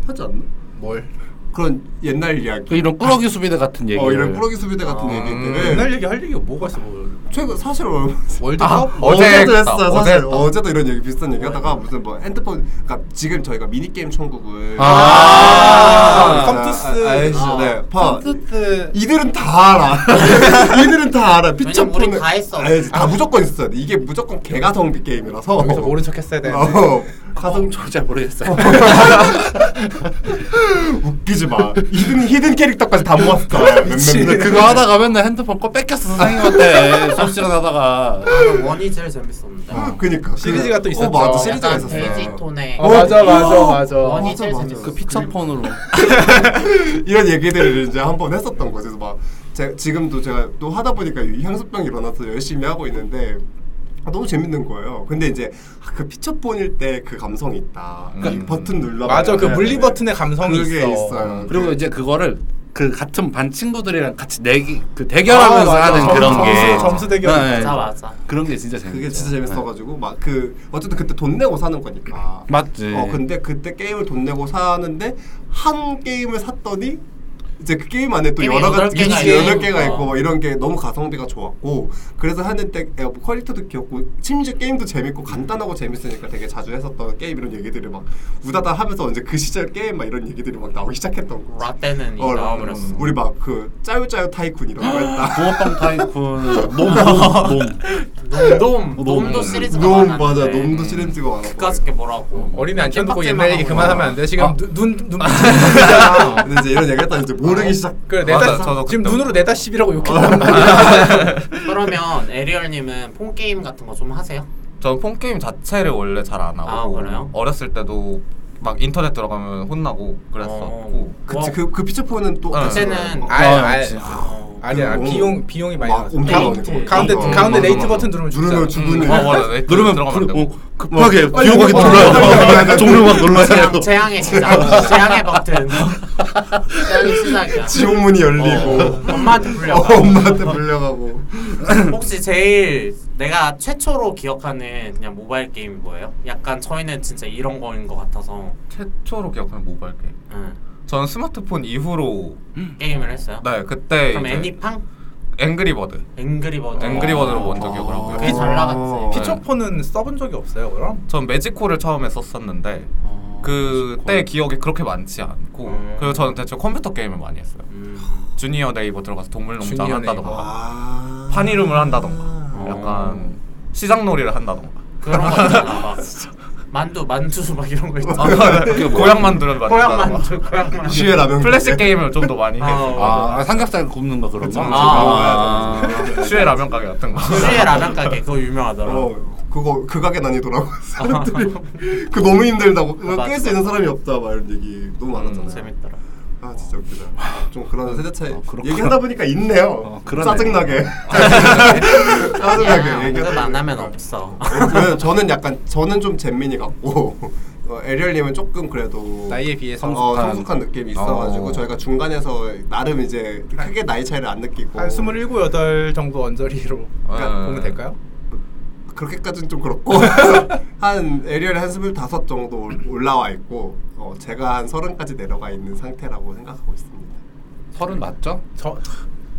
S2: 하지 않나?
S1: 뭘?
S2: 그런 옛날
S4: 그
S2: 이야기.
S4: 이런 꾸러기 수비대 같은 그 얘기.
S2: 어 이런 뿌러기 수비대 같은 얘기들을
S1: 옛날 얘기 할 얘기가 뭐가 있어? 뭐.
S2: 최근 사실 얼마
S1: 월드컵?
S5: 어제
S2: 어제도
S5: 했다,
S2: 했어요.
S5: 어제
S2: 사실
S5: 했다.
S2: 어제도 이런 얘기 비슷한 얘기 하다가 무슨 뭐 핸드폰 그러니까 지금 저희가 미니 게임 천국을
S1: 아, 컴투스.
S2: 아시죠? 네. 파
S1: 컴투스.
S2: 이들은 다 알아. [laughs] 이들은 다 알아.
S3: 왜냐면 우리 다 했어. 아.
S2: 알지. 다 무조건 있어야 돼. 이게 무조건 개가성 게임이라서.
S1: 여기서 모른 척 했어야 되는데.
S2: [laughs]
S1: [laughs]
S2: 어,
S4: 가성 저잘 모르겠어요.
S2: [laughs] 웃기지 마. 히든 히든 캐릭터까지
S1: [laughs]
S2: 다 모았어.
S1: 미친.
S2: 몇몇
S4: 그거 하다가 맨날 핸드폰 꺼 뺏겼어
S2: [laughs]
S4: 선생님한테 수업 시간 하다가.
S3: 나는 원이 제일 재밌었는데. 어,
S2: 그니까
S1: 시리즈가 또 있었죠.
S2: 어, 맞아 아, 시리즈가
S3: 약간
S2: 있었어.
S3: 돼지톤의
S1: 어, 맞아 맞아 맞아.
S3: 원이
S2: 맞아,
S3: 제일
S2: 맞아.
S3: 재밌었어.
S4: 그 피처폰으로.
S2: [laughs] 이런 얘기들을 이제 한 번 했었던 거죠. 그래서 막 제, 지금도 제가 또 하다 보니까 이 향수병이 일어나서 열심히 하고 있는데 아, 너무 재밌는 거예요. 근데 이제 아, 그 피처폰일 때 그 감성이 있다. 그러니까 이 버튼
S1: 음.
S2: 눌러.
S1: 맞아, 그 물리 버튼의 감성이
S2: 그게
S1: 있어.
S2: 있어요.
S4: 그리고 이제 그거를 그 같은 반 친구들이랑 같이 내기 그 대결하면서
S1: 아, 맞아.
S4: 하는
S1: 점수,
S4: 그런 게 네.
S1: 점수, 점수 대결.
S3: 맞아 맞아.
S4: 그런 게 진짜 재밌어.
S2: 그게 진짜 재밌어가지고 막 그 어쨌든 그때 돈 내고 사는 거니까.
S4: 네. 맞지.
S2: 어 근데 그때 게임을 돈 내고 사는데 한 게임을 샀더니 이제 그 게임 안에 또
S3: 게임이
S2: 여러
S3: 여덟
S2: 가지
S3: 개가
S2: 미니지 여덟
S3: 있고. 어.
S2: 개가 있고 막 이런 게 너무 가성비가 좋았고 그래서 하는데 에, 뭐 퀄리티도 귀엽고 심지어 게임도 재밌고 간단하고 재밌으니까 되게 자주 했었던 게임 이런 얘기들을 막 우다다 하면서 이제 그 시절 게임 막 이런 얘기들이 막 나오기 시작했던 거.
S3: 라떼는
S2: 어,
S3: 나와버렸어.
S2: 우리 막 그 짜요짜요 타이쿤 이런 거 했다.
S4: 부어빵 타이쿤 놈놈놈
S3: 놈 [gasps] 놈도
S4: 놈.
S3: 시리즈가
S2: 어, 놈
S3: 많았는데. 그러니까
S2: 맞아 놈도 시리즈가 많았고.
S3: 그까짓 게 뭐라고.
S1: 어린애 안 쳐놓고 옛날 얘기
S3: 깜빡이만 하고
S1: 그만하면 안 돼. 지금
S4: 아.
S1: 눈, 눈, 눈 붙이잖아.
S2: 근데 이제 이런 얘기했다 이제 모르기 시작.
S1: 그래,
S5: 맞아,
S1: 내다,
S5: 저도
S1: 지금
S5: 그때-
S1: 눈으로 내다 씹이라고 아. 욕했단 말이야.
S3: 그러면 에리얼님은 폰 게임 같은 거 좀 하세요?
S5: 저는 폰 게임 자체를 원래 잘 안 하고
S3: 아, 그래요?
S5: 어렸을 때도 막 인터넷 들어가면 혼나고 그랬었고
S2: 그치
S3: 어,
S2: 그, 그 피처폰은 또
S5: 응.
S3: 그때는
S1: 아니,
S4: 아,
S1: 아니,
S4: 진짜.
S3: 어,
S1: 아니야.
S2: 그리고
S1: 비용, 비용이 많이
S2: 막
S1: 나왔어.
S2: 엄청
S3: 네이트.
S2: 많았어.
S1: 가운데,
S2: 어,
S1: 가운데
S5: 맞아,
S1: 네이트
S5: 맞아.
S1: 버튼 누르면
S2: 누르면
S1: 죽잖아.
S2: 죽는
S5: 어 맞아 네,
S4: 누르면
S5: 들어가면 안
S4: 불,
S5: 되고
S4: 어, 그 급하게
S2: 어,
S4: 비호하게
S2: 이거
S4: 눌러요
S2: 뭐야?
S4: [laughs] 종료만 눌러야
S3: 재앙,
S4: 돼요
S3: 재앙의 시작. 재앙의 버튼. 재앙의 시작이야.
S2: 지옥문이 열리고
S3: 엄마한테
S2: 어,
S3: 불려가.
S2: [laughs] 엄마한테 불려가고
S3: 혹시 제일 내가 최초로 기억하는 그냥 모바일 게임이 뭐예요? 약간 저희는 진짜 이런 거인 것 같아서
S5: 최초로 기억하는 모바일 게임
S3: 응.
S5: 저는 스마트폰 이후로
S3: 게임을 했어요.
S5: 네 그때
S3: 그럼
S5: 이제
S3: 애니팡?
S5: 앵그리버드
S3: 앵그리버드.
S5: 앵그리버드로
S2: 아.
S5: 먼저 기억을 하고요
S3: 그게 잘
S2: 어.
S3: 나갔지.
S1: 피처폰은 써본 적이 없어요, 그럼?
S5: 전 매직콜을 처음에 썼었는데 그때 기억이 그렇게 많지 않고
S3: 음.
S5: 그리고 저는 대체 컴퓨터 게임을 많이 했어요
S3: 음.
S5: 주니어 네이버 들어가서 동물농장
S1: 주니어
S5: 한다던가
S2: 아
S5: 판 이름을 한다던가
S3: 어.
S5: 약간 시장놀이를 한다던가
S3: 그런 거 있잖아. 막 만두 만두 막 이런 거 있죠.
S5: 아,
S3: [laughs]
S5: 네. [laughs] 고향 만두는 맞다.
S3: 고향 만두 고향 만두.
S2: 시의 라면
S5: 플래시 게임을 어. 좀 더 많이 해.
S3: 아,
S4: 아 삼겹살 굽는 거 그런 거?
S3: 그쵸.
S4: 아,
S5: 슈에 라면 가게 같은 거.
S3: 수의 라면 가게 그거 유명하더라고.
S2: 어 그거 그 가게 난이도라고 사람들이 그 너무 힘들다고
S3: 맞아.
S2: 깰 수 있는 사람이 없다 막 이런 얘기 너무 많았잖아요.
S3: 재밌더라.
S2: 아 진짜 웃기다. 좀 그런 세대 차이
S4: 어, 그렇구나.
S2: 얘기하다 보니까 있네요.
S4: 어, 그러네.
S2: 짜증나게.
S3: 아니야
S2: 짜증나게
S3: 언급
S2: 얘기하다
S3: 안 하면
S2: 보니까.
S3: 없어.
S2: 저는- 저는 약간 저는 좀 잼민이 같고 어, 에리얼님은 조금 그래도
S1: 나이에 비해
S2: 어,
S1: 성숙한.
S2: 성숙한 느낌이 있어가지고
S4: 어.
S2: 저희가 중간에서 나름 이제 크게 나이 차이를 안 느끼고
S1: 한 27, 8 정도 언저리로
S5: 아.
S1: 어. 그러니까 보면 될까요?
S2: 그렇게까지는 좀
S1: [laughs]
S2: 그렇고 한 에리얼이 한 스물다섯 정도 올- 올라와 있고 어, 제가 한 서른까지 내려가 있는 상태라고 생각하고 있습니다.
S4: 서른 맞죠?
S1: 저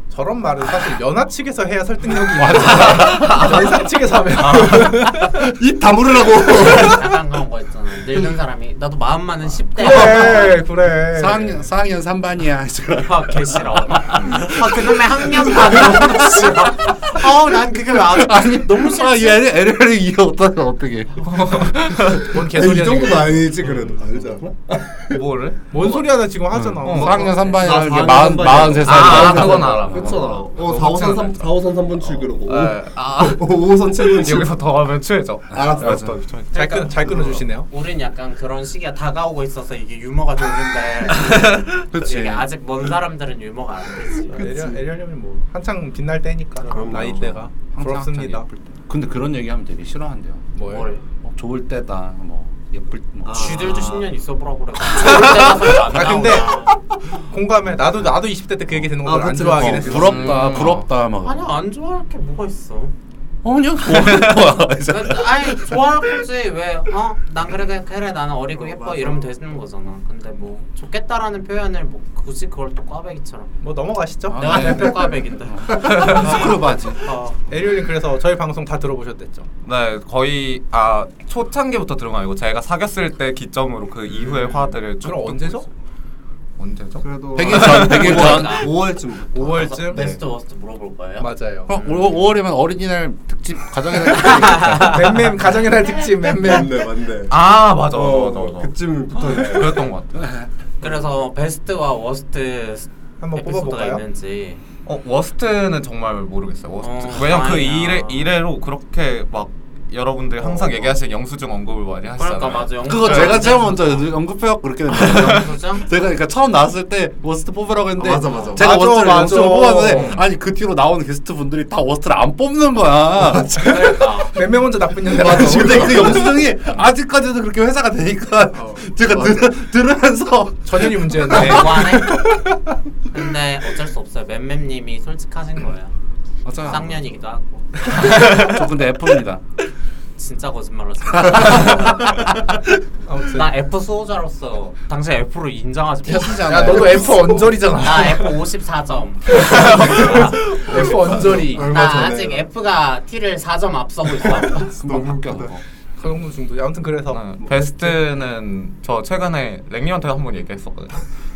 S1: 저런 말은 사실 연하 측에서 해야 설득력이 있어요. 회사 측에서 하면
S2: 입 다물으라고.
S3: 약간 그런 거 있잖아. 늙은 사람이 나도 마음만은 10대.
S1: 네. 그래 그래.
S4: [laughs]
S1: 네,
S4: 사학년 사학년 3반이야. [laughs]
S3: 아, 개 싫어. 아, 그놈의 학년반 너무 싫어. 어우, 난 그게 왜 아주 너무 싫어.
S4: 아, 얘 에리얼이 이해 어떠세 어떻게?
S1: 뭔
S2: 이
S1: 개소리야 지금.
S2: 정도는 아니지
S1: 음.
S2: 그래도 알잖아.
S5: 뭐를?
S1: 뭔 소리 하나 지금 하잖아.
S4: 어,
S1: 뭐. 어,
S4: 사학년 3반이라는 게
S2: 사학년
S4: 40,
S2: 삼반이야.
S4: 43살.
S5: 아, 그건 알아.
S2: 그렇잖아. 어, 4, 5선 3, 4, 5선 3분 출구로.
S5: 네.
S2: 아,
S1: [laughs]
S2: 5선 7분 출구.
S5: 여기서 더 하면 취해져.
S2: 알았어, 알았어.
S1: 잘 끊, 잘 끊어 주시네요.
S3: 우린 약간 그런 시기가 다가오고 있어서 이게 유머가 되는데
S4: 그치.
S3: 이게 아직 먼 사람들은 유머가 안 되지.
S1: 에리얼 에리얼님은 뭐 한창 빛날 때니까
S2: 그럼요.
S1: 나이 때가 부럽습니다.
S4: 근데 그런 얘기하면 되게 싫어한대요.
S1: 뭘?
S3: 뭘?
S4: 뭐 좋을 때다. 뭐 예쁠 뭐.
S2: 아.
S3: 쥐들도 10년 있어 보라고 그래. 아
S1: 아 근데 [laughs] 공감해. 나도 나도 20대 때 그 얘기 듣는
S2: 아,
S1: 거안
S2: 그치,
S1: 좋아하긴
S4: 어,
S1: 했어.
S4: 부럽다,
S5: 음.
S4: 부럽다 막.
S3: 아니 안 좋아할 게 뭐가 있어?
S4: 아니야, 좋아하는 [laughs] 거야. 이제.
S3: 나- 그, 아니 좋아할 거지 왜? 어? 난 그래 그래, 그래 나는 어리고
S2: 어,
S3: 예뻐
S2: 맞아.
S3: 이러면 되는 거잖아. 근데 뭐 좋겠다라는 표현을 뭐 굳이 그걸 또 꽈배기처럼.
S1: 뭐 넘어가시죠.
S4: 아,
S3: 내가
S4: 네.
S3: 대표 꽈배기인데.
S4: 스크류 바지.
S3: 어.
S1: 에리얼님 그래서 저희 방송 다 들어보셨댔죠.
S5: 네, 거의 아 초창기부터 들은 거 아니고 제가 사귀었을 때 기점으로 그 이후의 화들을 쭉
S1: 그럼
S5: 듣고
S1: 언제죠?
S5: 있어요. 언제죠?
S2: 그래도 아,
S4: 100일 전, 100일 전.
S2: 5월쯤.
S4: 그렇죠?
S1: 5월쯤
S4: 네.
S3: 베스트 워스트 물어볼 거예요.
S4: [laughs]
S1: 맞아요.
S4: 그럼 5월이면 어린이날 특집 가정의 날 특집.
S1: 맴맴 아, 가정의 날 특집 맴맴.
S2: 맞네, 맞네.
S5: 아 맞아
S3: 어,
S5: 맞아 맞아. 맞아.
S2: 어, 그쯤부터
S5: 그랬던 것 같아.
S3: 그래서 베스트와 워스트 스-
S1: 한번
S3: 에피소드가
S1: 뽑아볼까요?
S3: 있는지.
S5: 어 워스트는 정말 모르겠어요. 워스트.
S3: 어,
S5: 왜냐면 그
S3: 아니야. 어,
S5: 이래 이래로 그렇게 막 여러분들이 항상 얘기하시는 영수증 언급을 많이 하시잖아요.
S3: 그러니까 맞아. 영국
S4: 그거 제가 제일 먼저 언급해갖고 그렇게 됐어요.
S3: 영수증?
S4: 제가 그러니까 처음 나왔을 때 워스트 뽑으라고 했는데
S2: 아, 맞아, 맞아.
S4: 제가
S1: 맞아,
S4: 워스트를
S1: 맞아.
S4: 영수증을 뽑았는데 아니 그 뒤로 나오는 게스트 분들이 다 워스트를 안 뽑는 거야.
S3: 그러니까.
S1: 맴맴 네 혼자 나쁜 년대
S4: 맞아.
S1: 맞아.
S4: 근데 그 영수증이 아직까지도 그렇게 회사가 되니까 제가 들, 들으면서 [laughs]
S1: 전현이 문제였네.
S3: 대관해. 근데 어쩔 수 없어요. 맴맴님이 솔직하신 거예요.
S4: 맞아.
S3: 쌍년이기도 하고
S4: 저 근데 F입니다.
S3: 진짜 거짓말을
S4: [laughs]
S3: 했어요.
S1: 아무튼
S3: 나 F 수호자로서 당신 F로 인정하지 못.
S1: 야 너도 F 언저리잖아.
S3: 나 F 54점.
S1: F 언저리.
S2: 얼마
S3: 나
S2: 전에.
S3: 아직 F가 T를 4점 앞서고 있어.
S4: 너무
S2: 너무
S4: 웃겨.
S2: 웃기다.
S1: 그 정도 중도. 아무튼 그래서 음,
S5: 아, 베스트는 저 최근에 랭님한테 한 번 얘기했었거든요.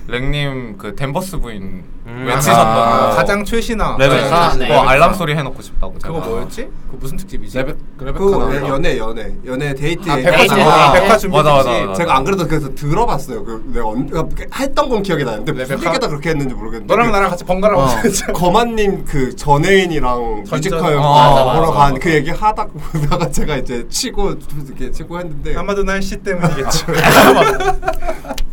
S5: 랭님 그 댄버스 부인
S3: 음.
S5: 외치셨던
S4: 아,
S5: 거.
S1: 가장 최신화.
S5: 레벨
S3: 네,
S5: 4
S3: 네.
S5: 뭐 알람 소리 해놓고 싶다고 제가.
S1: 그거 뭐였지? 그 무슨 특집이지?
S4: 레벨 레벨
S2: 그
S4: 카나.
S2: 연애 연애 연애 데이트
S1: 아
S2: 얘기하잖아.
S1: 백화 준비.
S3: 아,
S1: 아, 백화 준비
S5: 맞아, 맞아,
S1: 특집.
S5: 맞아.
S2: 제가 안 그래도 그래서 들어봤어요. 그 내가 언, 그러니까 했던 건 기억이 나는데 무슨
S1: 레베카?
S2: 얘기다 그렇게 했는지 모르겠는데
S1: 너랑
S2: 그
S1: 나랑 같이 번갈아
S2: [laughs]
S4: 어.
S1: 먹었지.
S2: 거만님 그 전혜인이랑
S1: 전전-
S2: 뮤지컬
S5: 아, 맞아,
S2: 보러
S5: 맞아,
S2: 간
S5: 맞아.
S2: 그 얘기 하다 보다가 [laughs] 제가 이제 치고 이렇게 치고 했는데
S1: 아마도 날씨 때문이겠죠.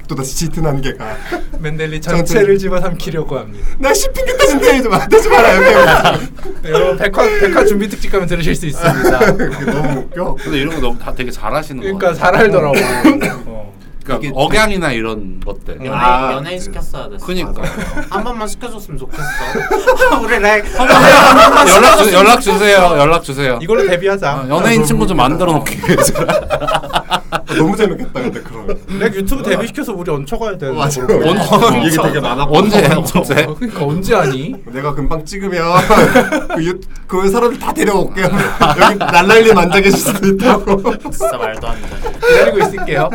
S2: 또 다시 짙은 한계가 [laughs]
S1: 맨델리
S2: 저한테-
S1: 전체를 집어삼키려고 합니다.
S2: 나 씹힌 게 따진다 이제 만들지 말아요.
S1: 네, 여러분 백화 백화 준비 특집 가면 들으실 수 있습니다.
S2: 그게 너무 웃겨.
S4: 근데 이런 거 너무 다 되게 잘하시는 거
S1: 그러니까
S4: 같아요.
S1: 잘 알더라고. 어.
S4: 그러니까 억양이나 이런 것들.
S1: 음.
S3: 연예인,
S2: 아,
S3: 연예인 시켰어야 됐어.
S4: 그니까
S3: 한 번만 시켜줬으면 좋겠어. 우리 렉.
S4: [laughs] 연락 주, 연락 주세요. 연락 주세요.
S1: 이걸로 데뷔하자.
S4: 아, 연예인 친구 좀 만들어 놓게.
S2: [laughs] 너무 재밌겠다 근데 그러면.
S1: 내가 유튜브 데뷔시켜서 우리 얹혀가야
S5: 어,
S1: 되는
S2: 맞아.
S1: 거 그러고.
S4: 언제-
S2: 얘기 되게
S1: 아,
S2: 많았고.
S4: 언제 언제?
S1: 어, 그러니까 언제 하니?
S2: 내가 금방 찍으면 그, 유, 그 사람들 다 데려올게요. 여기 날라일님 앉아 계실 수도 있다고.
S3: 진짜 말도 안 돼.
S1: 기다리고 있을게요.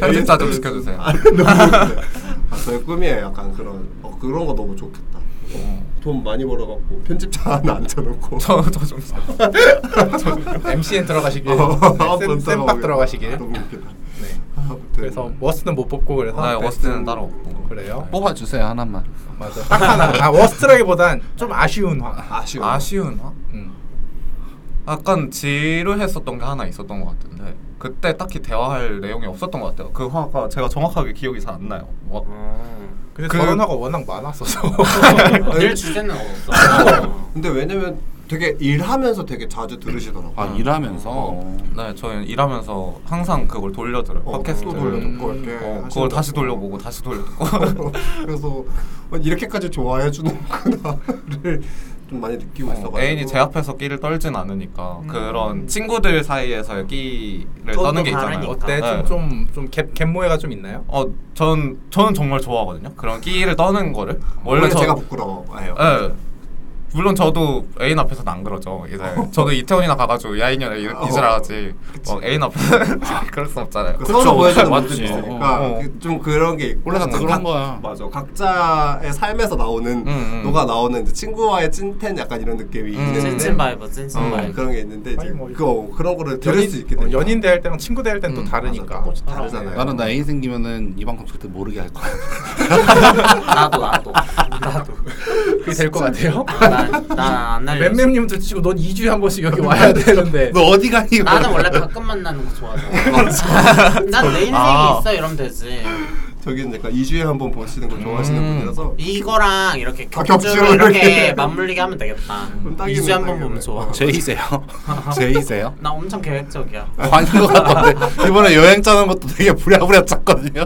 S5: 편집자 좀 시켜주세요.
S2: 너무 웃겨. 아, 저의 꿈이에요. 약간 그런 어, 그런 거 너무 좋겠다. 어, 돈 많이 벌어갖고 편집자 하나 앉혀놓고
S5: [laughs] 저저좀
S1: MCN
S5: 네,
S1: 들어가시길
S2: [laughs] 어, 아,
S1: 쌤- 쌤박 들어가시길
S2: 너무 웃기다.
S1: 네.
S2: 아, 아무튼.
S1: 그래서 워스트는 못 뽑고 그래서
S5: 아,
S1: 네.
S5: 워스트는 따로 없고.
S1: 그래요
S4: 뽑아주세요 하나만.
S1: 맞아 딱 하나 [laughs] 아 워스트라기보단 좀 아쉬운 화
S2: 아쉬워.
S5: 아쉬운 화?
S1: 음.
S5: 약간 지루했었던 게 하나 있었던 것 같은데 그때 딱히 대화할 내용이 없었던 것 같아요. 그 화가 제가 정확하게 기억이 잘 안 나요. 뭐,
S1: 근데
S5: 그-
S1: 저런 화가 워낙 많았어서
S3: 늘 주제는 없어.
S2: 근데 왜냐면 되게 일하면서 되게 자주 들으시더라고.
S4: 아 일하면서.
S1: 어.
S5: 네, 저는 일하면서 항상 그걸 돌려들어요.
S2: 어,
S5: 팟캐스트
S2: 또
S1: 돌려듣고.
S2: 돌려듣고 이렇게.
S5: 어,
S2: 하시는
S5: 그걸 다시
S2: 거.
S5: 돌려보고 다시 돌려듣고.
S2: [laughs] 그래서 어, 이렇게까지 좋아해 주는구나를 좀 많이 느끼고 있어가지고.
S5: 애인이 제 앞에서 끼를 떨진 않으니까 그런 친구들 사이에서의
S1: [laughs]
S5: 끼를
S3: 또
S5: 떠는 그 게
S3: 다르니까.
S5: 있잖아요.
S1: 어때
S5: 네.
S1: 좀좀갭 갭모해가 좀 있나요
S5: 어, 전 저는 정말 좋아하거든요. 그런 끼를 떠는 거를.
S2: 원래
S5: 저-
S2: 제가 부끄러워해요.
S5: 예. 물론 저도 애인 앞에서는 안 그러죠.
S2: [laughs]
S5: 이제 저도 이태원이나 가가지고 야인연
S2: 어.
S5: 이슬아지 막 애인 앞에서 [laughs] 그럴 수 없잖아요.
S2: 그 서로 보여주는
S4: 맞지.
S2: 분들이 있으니까
S5: 어, 어.
S2: 그좀 그런 게 있고
S4: 원래 다
S2: 저는
S4: 그런
S2: 각-
S4: 거야.
S2: 맞아 각자의 삶에서 나오는
S5: 음, 음.
S2: 녹아 나오는 이제 친구와의 찐텐 약간 이런 느낌이
S5: 음.
S2: 있는데
S3: 찐친 바이브, 찐친
S5: 어,
S2: 네. 어,
S3: 바이브.
S2: 그런 게 있는데 이제
S1: 아니, 뭐
S2: 그 그런 거를 들을 수 있게
S1: 어,
S2: 되니까.
S1: 연인 대할 때랑 친구 대할 때는
S5: 음,
S1: 또 다르니까
S2: 맞아, 조금씩 다르잖아요.
S4: 나는 나 애인 생기면은 이 방송 절대 모르게 할
S1: [laughs]
S4: 거야.
S3: 나도 나도 나도.
S1: 그게 될 것 같아요
S3: 나나안 날려.
S1: 맴맴님 들치고 넌 2주에 한 번씩 여기 와야 되는데
S4: 너 어디 가니?
S3: 나는 원래 가끔 만나는 거 좋아하잖아. 난 내 인생이
S5: 아.
S3: 있어 이러면 되지.
S2: 저기는 약간 2주에 한 번 보시는 걸 좋아하시는
S5: 음.
S2: 분이라서
S3: 이거랑 이렇게
S2: 아,
S3: 격주로
S2: 격주로 이렇게.
S3: 이렇게 맞물리게 하면 되겠다.
S2: 그럼 딱이네,
S3: 2주에 한 번
S2: 딱이네.
S3: 보면 좋아.
S4: [laughs] 제이세요? 제이세요?
S3: 나 엄청 계획적이야.
S4: 아닌 것 같던데 이번에 여행 짜는 것도 되게 부랴부랴 짰거든요.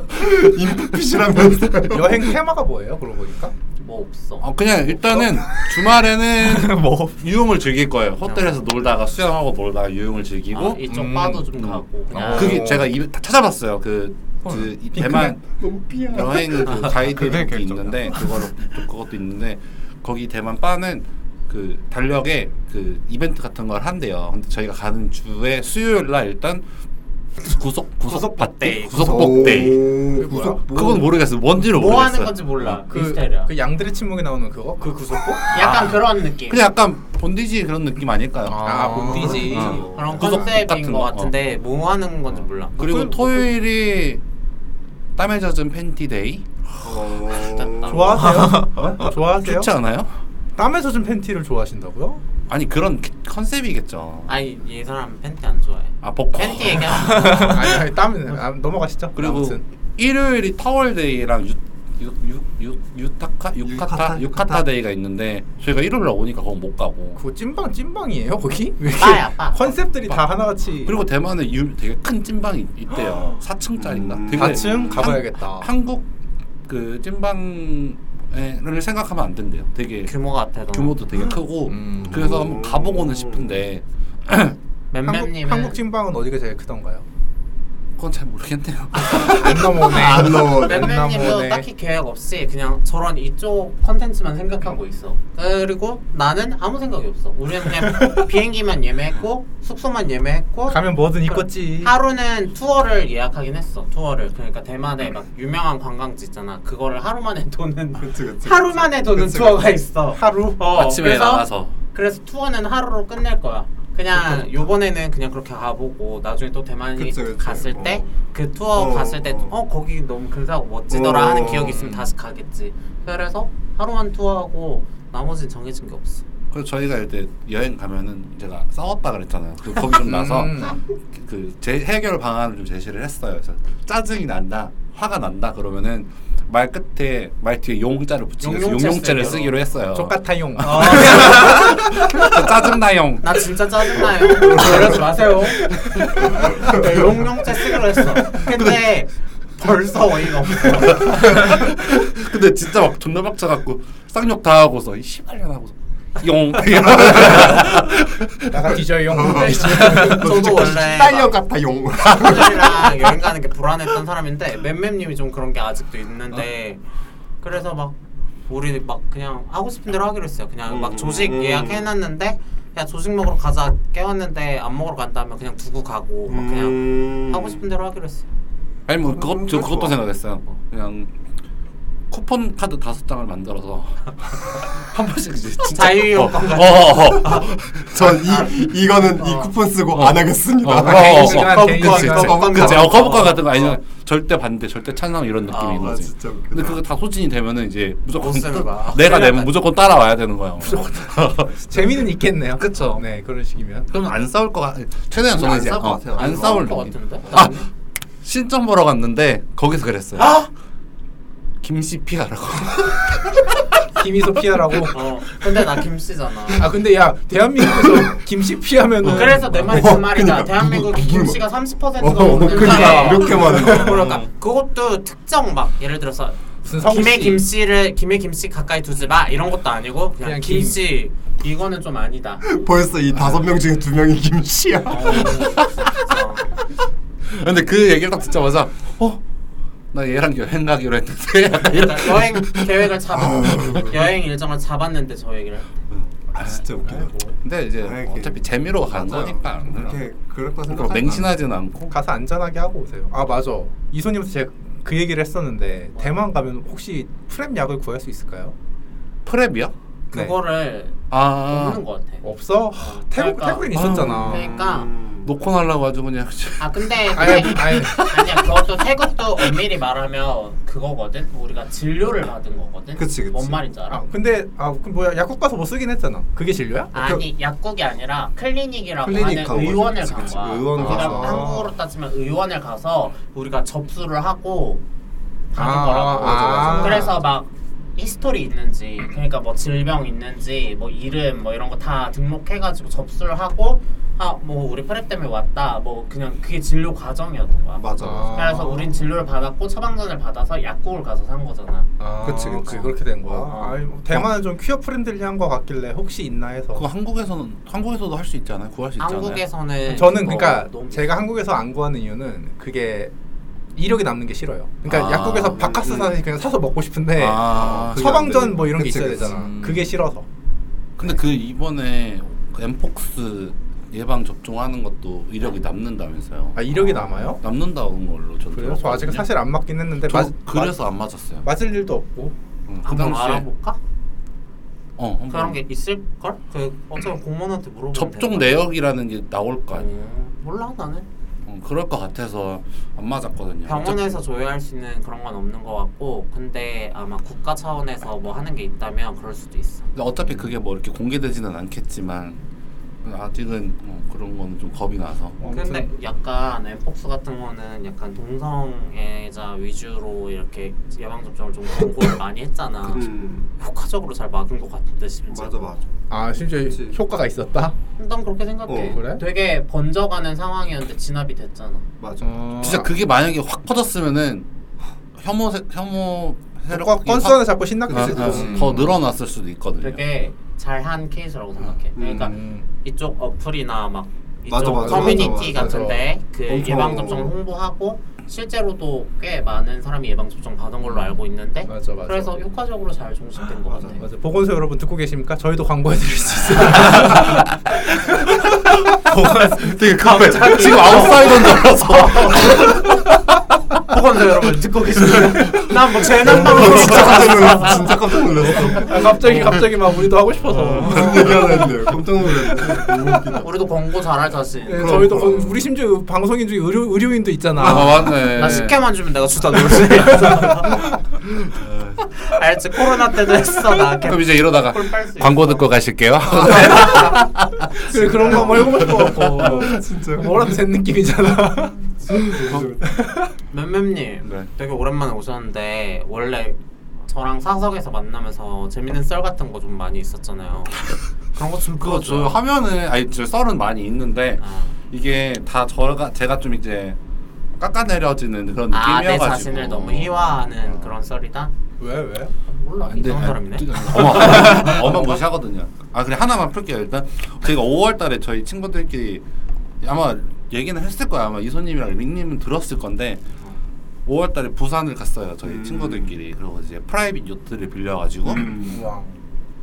S2: 인풋핏이라면서
S1: 여행 테마가 뭐예요 그러고 보니까
S3: 뭐 없어.
S4: 어, 그냥 일단은 [laughs] 주말에는 유흥을 즐길 거예요. 호텔에서 놀다가 수영하고 놀다가 유흥을 즐기고
S3: 아, 이쪽 아.
S5: 음.
S3: 바도 좀
S4: 음.
S3: 가고 그냥
S5: 어.
S4: 그게 제가 이, 다 찾아봤어요. 그, 그 이, 대만
S2: 너무 삐야.
S4: 여행 그 가이드
S5: 그게
S4: 북이
S5: 결정이야.
S4: 있는데 그거로 또 그것도 있는데 거기 대만 바는 그 달력에 그 이벤트 같은 걸 한대요. 근데 저희가 가는 주에 수요일 날 일단 구속 구속
S3: 구속밭데이.
S4: 밭데이 구속 복데이
S2: 오,
S1: 뭐야?
S2: 구석 뭐-
S4: 그건 모르겠어요. 뭔지를
S3: 뭐
S4: 모르겠어요. 아,
S3: 하는 건지 몰라.
S1: 그,
S3: 미스테리야.
S1: 그 양들의 침묵에 나오는 그거? 그 구속고?
S3: 약간 그런 느낌.
S4: 아. 그냥 약간 본디지 그런 느낌 아닐까요?
S1: 아, 본디지.
S4: 어.
S3: 그런
S4: 구속
S3: 컨셉인
S4: 같은
S3: 것
S4: 거. 어.
S3: 같은데 뭐 하는 건지 몰라.
S4: 그리고 토요일이 땀에 젖은 팬티 데이
S2: 어...
S1: 좋아하세요? 좋아하세요?
S4: 좋지 않아요?
S1: 땀에 젖은 팬티를 좋아하신다고요?
S4: 아니 그런 기- 컨셉이겠죠.
S3: 아니 얘 사람 팬티 안 좋아해.
S4: 아 복고.
S3: 팬티
S4: [laughs]
S3: 얘기하는 거.
S1: 아니, 아니 땀은 아, 넘어가시죠.
S4: 그리고
S1: 아무튼.
S4: 일요일이 타월데이랑 유, 유, 유, 유, 유타카
S2: 유카타?
S4: 유카타 유카타 데이가 있는데 저희가 일요일 날 오니까 그건 못 가고
S1: 그거 찐방 찐방이에요 거기? 왜 이렇게
S3: 아, 빠야, 아. 빠.
S1: 컨셉들이 다 하나같이
S4: 그리고 대만에 유, 되게 큰 찐방이 있대요. 4층짜리인가?
S2: 음.
S1: 4층 가봐야겠다.
S4: 한국 그 찐방을 생각하면 안 된대요. 되게
S3: 규모 같아.
S4: 규모도 되게 크고
S5: 음.
S4: 그래서 한번 가보고는 싶은데
S1: 한국,
S3: 맴맴님은
S1: 한국 찐방은 어디가 제일 크던가요?
S4: 그건 잘 모르겠네요.
S1: 안 넘어오네.
S2: 안 넣어.
S1: 남나무네.
S3: 맴맴님도 딱히 계획 없이 그냥 저런 이쪽 컨텐츠만 생각하고 있어. 그리고 나는 아무 생각이 없어.
S1: [laughs]
S3: 우리는 그냥 비행기만 예매했고 숙소만 예매했고
S1: 어, 가면 뭐든 있겠지.
S3: 그러니까 그 하루는 투어를 예약하긴 했어. 투어를 그러니까 대만에 막 유명한 관광지 있잖아. 그거를 하루만에 도는
S2: [laughs] 그치, 그치,
S3: 하루만에
S2: 그치.
S3: 도는
S2: 그치,
S3: 투어가
S2: 그치.
S3: 있어. 하루 어,
S4: 아침에
S3: 그래서-
S4: 나가서.
S3: 그래서 투어는 하루로 끝낼 거야. 그냥 요번에는 그냥 그렇게 가보고 나중에 또 대만이
S2: 그치, 그치.
S3: 갔을
S2: 어.
S3: 때 그 투어
S2: 어,
S3: 갔을 때
S2: 어.
S3: 어 거기 너무 근사하고 멋지더라
S2: 어.
S3: 하는 기억이 있으면 다시 가겠지. 그래서 하루만 투어하고 나머지는 정해진 게 없어.
S4: 그래서 저희가 이제 여행 가면은 제가 싸웠다 그랬잖아요. 그 거기 좀 나서
S3: 음.
S4: 그 제 해결 방안을 좀 제시를 했어요. 그래서 짜증이 난다, 화가 난다 그러면은 말 끝에 말 뒤에 용자를 붙이면서
S3: 용용체
S4: 용용체를
S3: 쓰기로.
S4: 쓰기로 했어요. [laughs] 그
S1: 쪽같아용.
S4: 짜증나용.
S3: 나 진짜 짜증나요. 이러지 마세요. 네, 용용제 쓰기로 했어. 근데 벌써 어이가 없어.
S4: 근데 진짜 막 존나 박차 갖고 쌍욕 다 하고서 이 씨발년 하고서
S3: [laughs]
S4: 용.
S1: [laughs] 나가 디저용.
S2: 어,
S3: 저도 원래
S2: 딸년 같아
S4: 음.
S2: 용.
S3: 친구들이랑 여행 가는 게 불안했던 사람인데 맴맴님이 좀 그런 게 아직도 있는데 그래서 막 우리 막 그냥 하고 싶은 대로 하기로 했어요. 그냥
S2: 음,
S3: 막 조식
S2: 음.
S3: 예약해놨는데 야 조식 먹으러 가자 깨웠는데 안 먹으러 간다면 그냥 두고 가고 막뭐 그냥
S2: 음.
S3: 하고 싶은 대로 하기로 했어요.
S4: 아니 뭐 그것 저
S2: 그럴
S4: 그것도
S2: 수
S4: 생각했어요. 그냥 쿠폰 카드 다섯 장을 만들어서 [laughs] 한 번씩 이제 진짜
S3: 자유형
S4: 어, 어, 어, 어.
S3: [laughs]
S2: 전이 이거는 이 쿠폰 쓰고 안 하겠습니다.
S4: 어, 어,
S5: 개인
S4: 어,
S5: 시간,
S4: 어,
S5: 개인
S4: 그치,
S5: 시간,
S4: 그치.
S5: 거부권
S4: 그치.
S5: 같은
S4: 어, 거부권
S5: 거.
S4: 같은 거 아니면 절대 반대, 절대 찬성 이런 느낌인
S2: 아,
S4: 거지.
S2: 진짜 웃기다.
S4: 근데 그거 다 소진이 되면은 이제 무조건
S3: 못 쓰는 거야.
S4: 따- 내가 내면 무조건 따라와야 되는 거야. [laughs]
S1: 재미는 있겠네요.
S4: 그쵸.
S1: 네 그런 식이면.
S4: 그럼 안 싸울 것 같. 최대한 저는
S2: 안
S4: 이제
S2: 싸울 것
S4: 어,
S2: 같아요.
S4: 안
S2: 안
S4: 싸울
S3: 것
S4: 느낌.
S3: 같은데?
S4: 아 신점 보러 갔는데 거기서 그랬어요.
S3: 아!
S4: 김씨피아라고. [laughs]
S3: [laughs]
S1: 김이소 피하라고.
S3: 어. 근데 나 김씨잖아.
S1: 아 근데 야 대한민국에서 김씨 피하면은
S3: 그래서 내 말이
S2: 어,
S3: 그 말이다.
S2: 그니까.
S3: 대한민국
S2: 누구, 누구야?
S3: 김씨가 30%가
S2: 어,
S3: 넘는데
S2: 그러니까 이렇게 많은 거.
S3: 그러니까 그것도 특정 막 예를 들어서
S1: 무슨 음. 성씨.
S3: 김해 김씨를 김해 김씨 가까이 두지 마 이런 것도 아니고 그냥,
S1: 그냥 김.
S3: 김씨 이거는 좀 아니다. 어.
S2: 벌써 이 다섯 명 중에 두 명이 김씨야.
S4: 근데 그 얘기를 딱 듣자마자 어? 나 얘랑 여행 가기로 했는데 [laughs] 약간 이런
S3: 그러니까 여행 계획을 잡았 여행 일정을 잡았는데 저 얘기를
S1: 네.
S2: 아, 진짜 웃기네.
S4: 근데 이제
S2: 아, 이렇게.
S4: 어차피 재미로 간
S2: 맞아요.
S4: 거니까
S2: 그렇게 그럴 거
S4: 그러니까
S2: 생각.
S4: 맹신하진 않고
S1: 가서 안전하게 하고 오세요. 아 맞아. 이소님한테 제가 그 얘기를 했었는데 대만 가면 혹시 프렙 약을 구할 수 있을까요?
S4: 프랩이야?
S1: 네.
S3: 그거를
S4: 아
S3: 모르는 것 같아.
S1: 없어? 음. 하, 태국
S3: 그러니까.
S1: 태국엔 있었잖아.
S3: 그러니까
S4: 놓고 날라고 아주 그냥
S3: 아 근데
S1: 아니,
S3: 태-
S1: 아니.
S3: 아니야 그것도 태국도 엄밀히 말하면 그거거든. 우리가 진료를 받은 거거든.
S2: 그치, 그치.
S3: 뭔 말인지 알아?
S1: 아 근데 아 그럼 뭐야 약국 가서 뭐 쓰긴 했잖아. 그게 진료야?
S3: 아니 약국이 아니라 클리닉이라고
S2: 클리닉 간
S3: 하는
S2: 거지.
S3: 의원을
S2: 그치,
S3: 간
S2: 그치.
S3: 거야.
S2: 의원
S3: 우리가
S2: 가서.
S3: 한국으로 따지면 의원을 가서 우리가 접수를 하고 가는
S1: 아,
S3: 거라고.
S1: 맞아,
S2: 맞아.
S3: 그래서 막 히스토리 있는지 그러니까 뭐 질병 있는지 뭐 이름 뭐 이런 거 다 등록해가지고 접수를 하고 아 뭐 우리 프렙 때문에 왔다 뭐 그냥 그게 진료 과정이었던 거야.
S2: 맞아. 맞아.
S3: 그래서 우린 진료를 받았고 처방전을 받아서 약국을 가서 산 거잖아.
S1: 아,
S2: 그치, 그치.
S1: 그- 그렇게 된 거야.
S2: 어.
S1: 아이, 뭐 대만은 좀 퀴어 프렌들리한 거 같길래 혹시 있나 해서.
S4: 그거 한국에서는 한국에서도 할 수 있지 않아요? 구할 수 있지 않아요?
S3: 한국에서는
S1: 저는
S3: 네, 그거
S1: 그러니까
S3: 너무
S1: 제가 한국에서 안 구하는 이유는 그게 이력이 남는 게 싫어요. 그러니까
S4: 아,
S1: 약국에서 바카스 사서 그냥 사서 먹고 싶은데
S4: 아,
S1: 어,
S4: 그게
S2: 안
S1: 처방전
S2: 돼.
S1: 뭐 이런 게
S2: 그치,
S1: 있어야
S2: 그치.
S1: 되잖아.
S4: 음.
S1: 그게 싫어서.
S4: 근데 그 이번에 그 엠폭스 예방 접종하는 것도 이력이 남는다면서요?
S1: 아 이력이 남아요?
S4: 남는다는 걸로 저
S1: 그래요? 저 아직
S4: 들었거든요.
S1: 사실 안 맞긴 했는데
S4: 저
S1: 맞,
S4: 그래서 안 맞았어요.
S1: 맞, 맞을 일도 없고
S4: 응, 그
S3: 한번
S4: 당시에-
S3: 알아볼까?
S4: 어, 한번
S3: 그런 게 있을 걸? 그 어차피 공무원한테 물어보면
S4: 접종
S3: 되나?
S4: 내역이라는 게 나올 거 아니에요.
S3: 몰라 나는
S4: 어, 그럴 것 같아서 안 맞았거든요.
S3: 병원에서 조회할 수 있는 그런 건 없는 것 같고 근데 아마 국가 차원에서 뭐 하는 게 있다면 그럴 수도 있어.
S4: 근데 어차피 그게 뭐 이렇게 공개되지는 않겠지만 아직은 어, 그런 거는 좀 겁이 나서.
S3: 근데 약간 엠폭스 같은 거는 약간 동성애자 위주로 이렇게 예방 접종을 좀 광고를 많이 했잖아.
S2: 음,
S3: 효과적으로 잘 막은 것 같은데 심지어.
S2: 맞아 맞아.
S1: 아 심지어
S2: 그치.
S1: 효과가 있었다.
S3: 난 그렇게 생각해.
S2: 어,
S1: 그래?
S3: 되게 번져가는 상황이었는데 진압이 됐잖아.
S2: 맞아.
S1: 어,
S4: 진짜 그게 만약에 확 퍼졌으면은 혐오 세, 혐오
S1: 효과
S4: 세력이
S1: 뭐 건수는
S4: 확-
S1: 자꾸 신나게
S4: 아, 아,
S1: 되지.
S4: 더 늘어났을 수도 있거든요.
S3: 되게 잘한 케이스라고 생각해. 그러니까
S1: 음.
S3: 이쪽 어플이나 막 이쪽
S2: 맞아, 맞아,
S3: 커뮤니티
S2: 맞아, 맞아.
S3: 같은데 그
S2: 엄청-
S3: 예방 접종 홍보하고 실제로도 꽤 많은 사람이 예방 접종 받은 걸로 알고 있는데
S1: 맞아, 맞아.
S3: 그래서 효과적으로 잘 종식된 것 같아.
S1: 맞아. 보건소 여러분 듣고 계십니까? 저희도 광고해드릴 수 있어요.
S4: 어, 되게 카페 지금
S3: [laughs]
S4: 아웃사이더인 줄 알아서
S5: 보건소 여러분 듣고 계십니까?
S3: 난뭐 재난 방송
S2: 진짜 깜짝 놀랐어. 진짜 깜짝 놀랐어.
S1: 아, 갑자기 갑자기 막 우리도 하고 싶어서.
S2: 무슨 얘기 하려 했는데 깜짝 놀랐네. 너무 웃기다.
S3: [laughs] 우리도 광고 잘할 자신.
S1: 네,
S2: 그럼,
S1: 저희도
S2: 그럼.
S1: 거- 우리 심지어 방송인 중에 의료, 의료인도 있잖아.
S4: 아 맞네
S3: 나 식혜만 주면 내가 주다 놀지. 아, 알지 코로나 때도 했어 나.
S4: 그럼 이제 이러다가
S3: 빨수 아, 네.
S4: 광고 듣고 가실게요
S1: 그래, 그런 거 한번 해보고 싶어. 뭐.
S2: 진짜.
S1: 뭐라도 된 느낌이잖아.
S3: 맴맴님
S4: 네.
S3: 되게 오랜만에 오셨는데 원래 저랑 사석에서 만나면서 재밌는 썰 같은 거 좀 많이 있었잖아요. 그런 거좀
S4: [laughs] 그거 저 화면은 아니 저 썰은 많이 있는데
S3: 아.
S4: 이게 다 저가 제가 좀 이제 깎아내려지는 그런
S3: 아내
S4: 느낌이어가지고
S3: 자신을 너무 희화하는 그런 썰이다.
S1: 왜 왜?
S3: 몰라
S4: 안 돼.
S3: 이상한
S4: 아,
S3: 사람이네. [laughs]
S4: [laughs] 어마 어마 무시하거든요. 아 그래 하나만 풀게요. 일단 저희가 5월달에 저희 친구들끼리 아마 얘기는 했을 거야. 아마 이소님이랑 링님은 들었을 건데 5월달에 부산을 갔어요. 저희
S2: 음.
S4: 친구들끼리 그리고 이제 프라이빗 요트를 빌려가지고
S2: 음.
S1: 우와.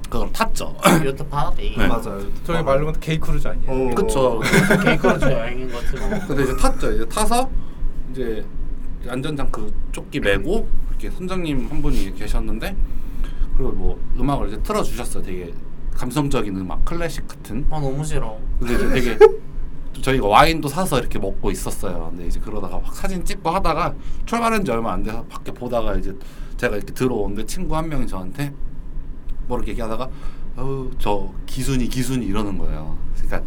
S4: 그걸 탔죠.
S3: 유튜브 파티.
S4: 네.
S2: 맞아요.
S1: 저기 말로만 게이 크루즈 아니야?
S2: 어.
S4: [laughs] 그쵸.
S3: 개그로즈 여행인 거지 뭐.
S4: 근데 이제 탔죠. 이제 타서 이제 안전장 그 조끼 메고 이렇게 선장님 한 분이 계셨는데 그리고 뭐 음악을 이제 틀어 주셨어요. 되게 감성적인 음악, 클래식 같은.
S3: 아 너무 싫어.
S4: 근데 이제 되게 저희가 와인도 사서 이렇게 먹고 있었어요. 근데 이제 그러다가 막 사진 찍고 하다가 출발한 지 얼마 안 돼서 밖에 보다가 이제 제가 이렇게 들어오는데 친구 한 명이 저한테 뭐 이렇게 얘기하다가 어우 저 기순이 기순이 이러는 거예요. 그러니까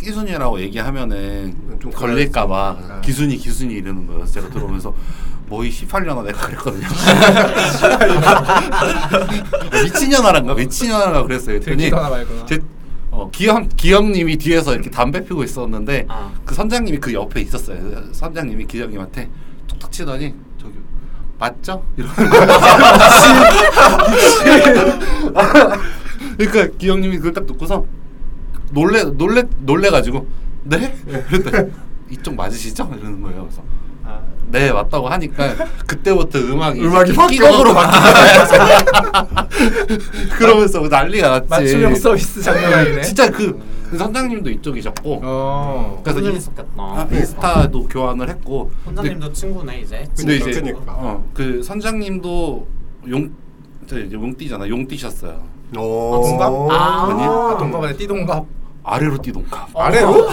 S4: 기순이라고 얘기하면은 좀
S2: 좀
S4: 걸릴까봐
S2: 그래요.
S1: 네.
S4: 기순이 기순이 이러는 거예요. 제가 들어오면서 뭐이 18년아 내가
S1: [laughs]
S4: 그랬거든요. 미친년아란가 미친년아가 그랬어요. 그랬더니
S1: 들키다가 말거나.
S4: 제 어, 기영 기영님이 뒤에서 이렇게 담배 피고 있었는데
S3: 아.
S4: 그 선장님이 그 옆에 있었어요. 그래서 선장님이 기영님한테 툭툭 치더니 저기 맞죠? 이러는 거예요. [laughs] 미친. 그러니까 기영님이 그걸 딱 듣고서 놀래 놀래 놀래가지고 네? 그랬더니 이쪽 맞으시죠? 이러는 거예요. 그래서
S3: 아,
S4: 네 맞다고 하니까 그때부터 음악이
S2: 음악이
S4: 이제
S2: 바뀌고.
S4: 끼곡으로 바뀌었어요. [laughs] 그러면서 난리가 났지.
S1: 맞춤형 서비스 장난 아니네.
S4: 진짜 그, 그 선장님도 이쪽이셨고
S1: 어.
S4: 그래서
S3: 혼자
S4: 인-
S3: 있었겠다.
S2: 어.
S4: 아, 인스타도 교환을 했고
S3: 선장님도 친구네 이제.
S4: 근데, 근데 이제
S2: 그러니까.
S4: 어, 그 선장님도 용 저 이제 용띠잖아 용띠셨어요
S2: 오.
S1: 동갑?
S3: 아.
S1: 아니,
S3: 아.
S1: 아, 동갑 아니 띠동갑.
S4: 아래로 띠동갑
S1: 아래로?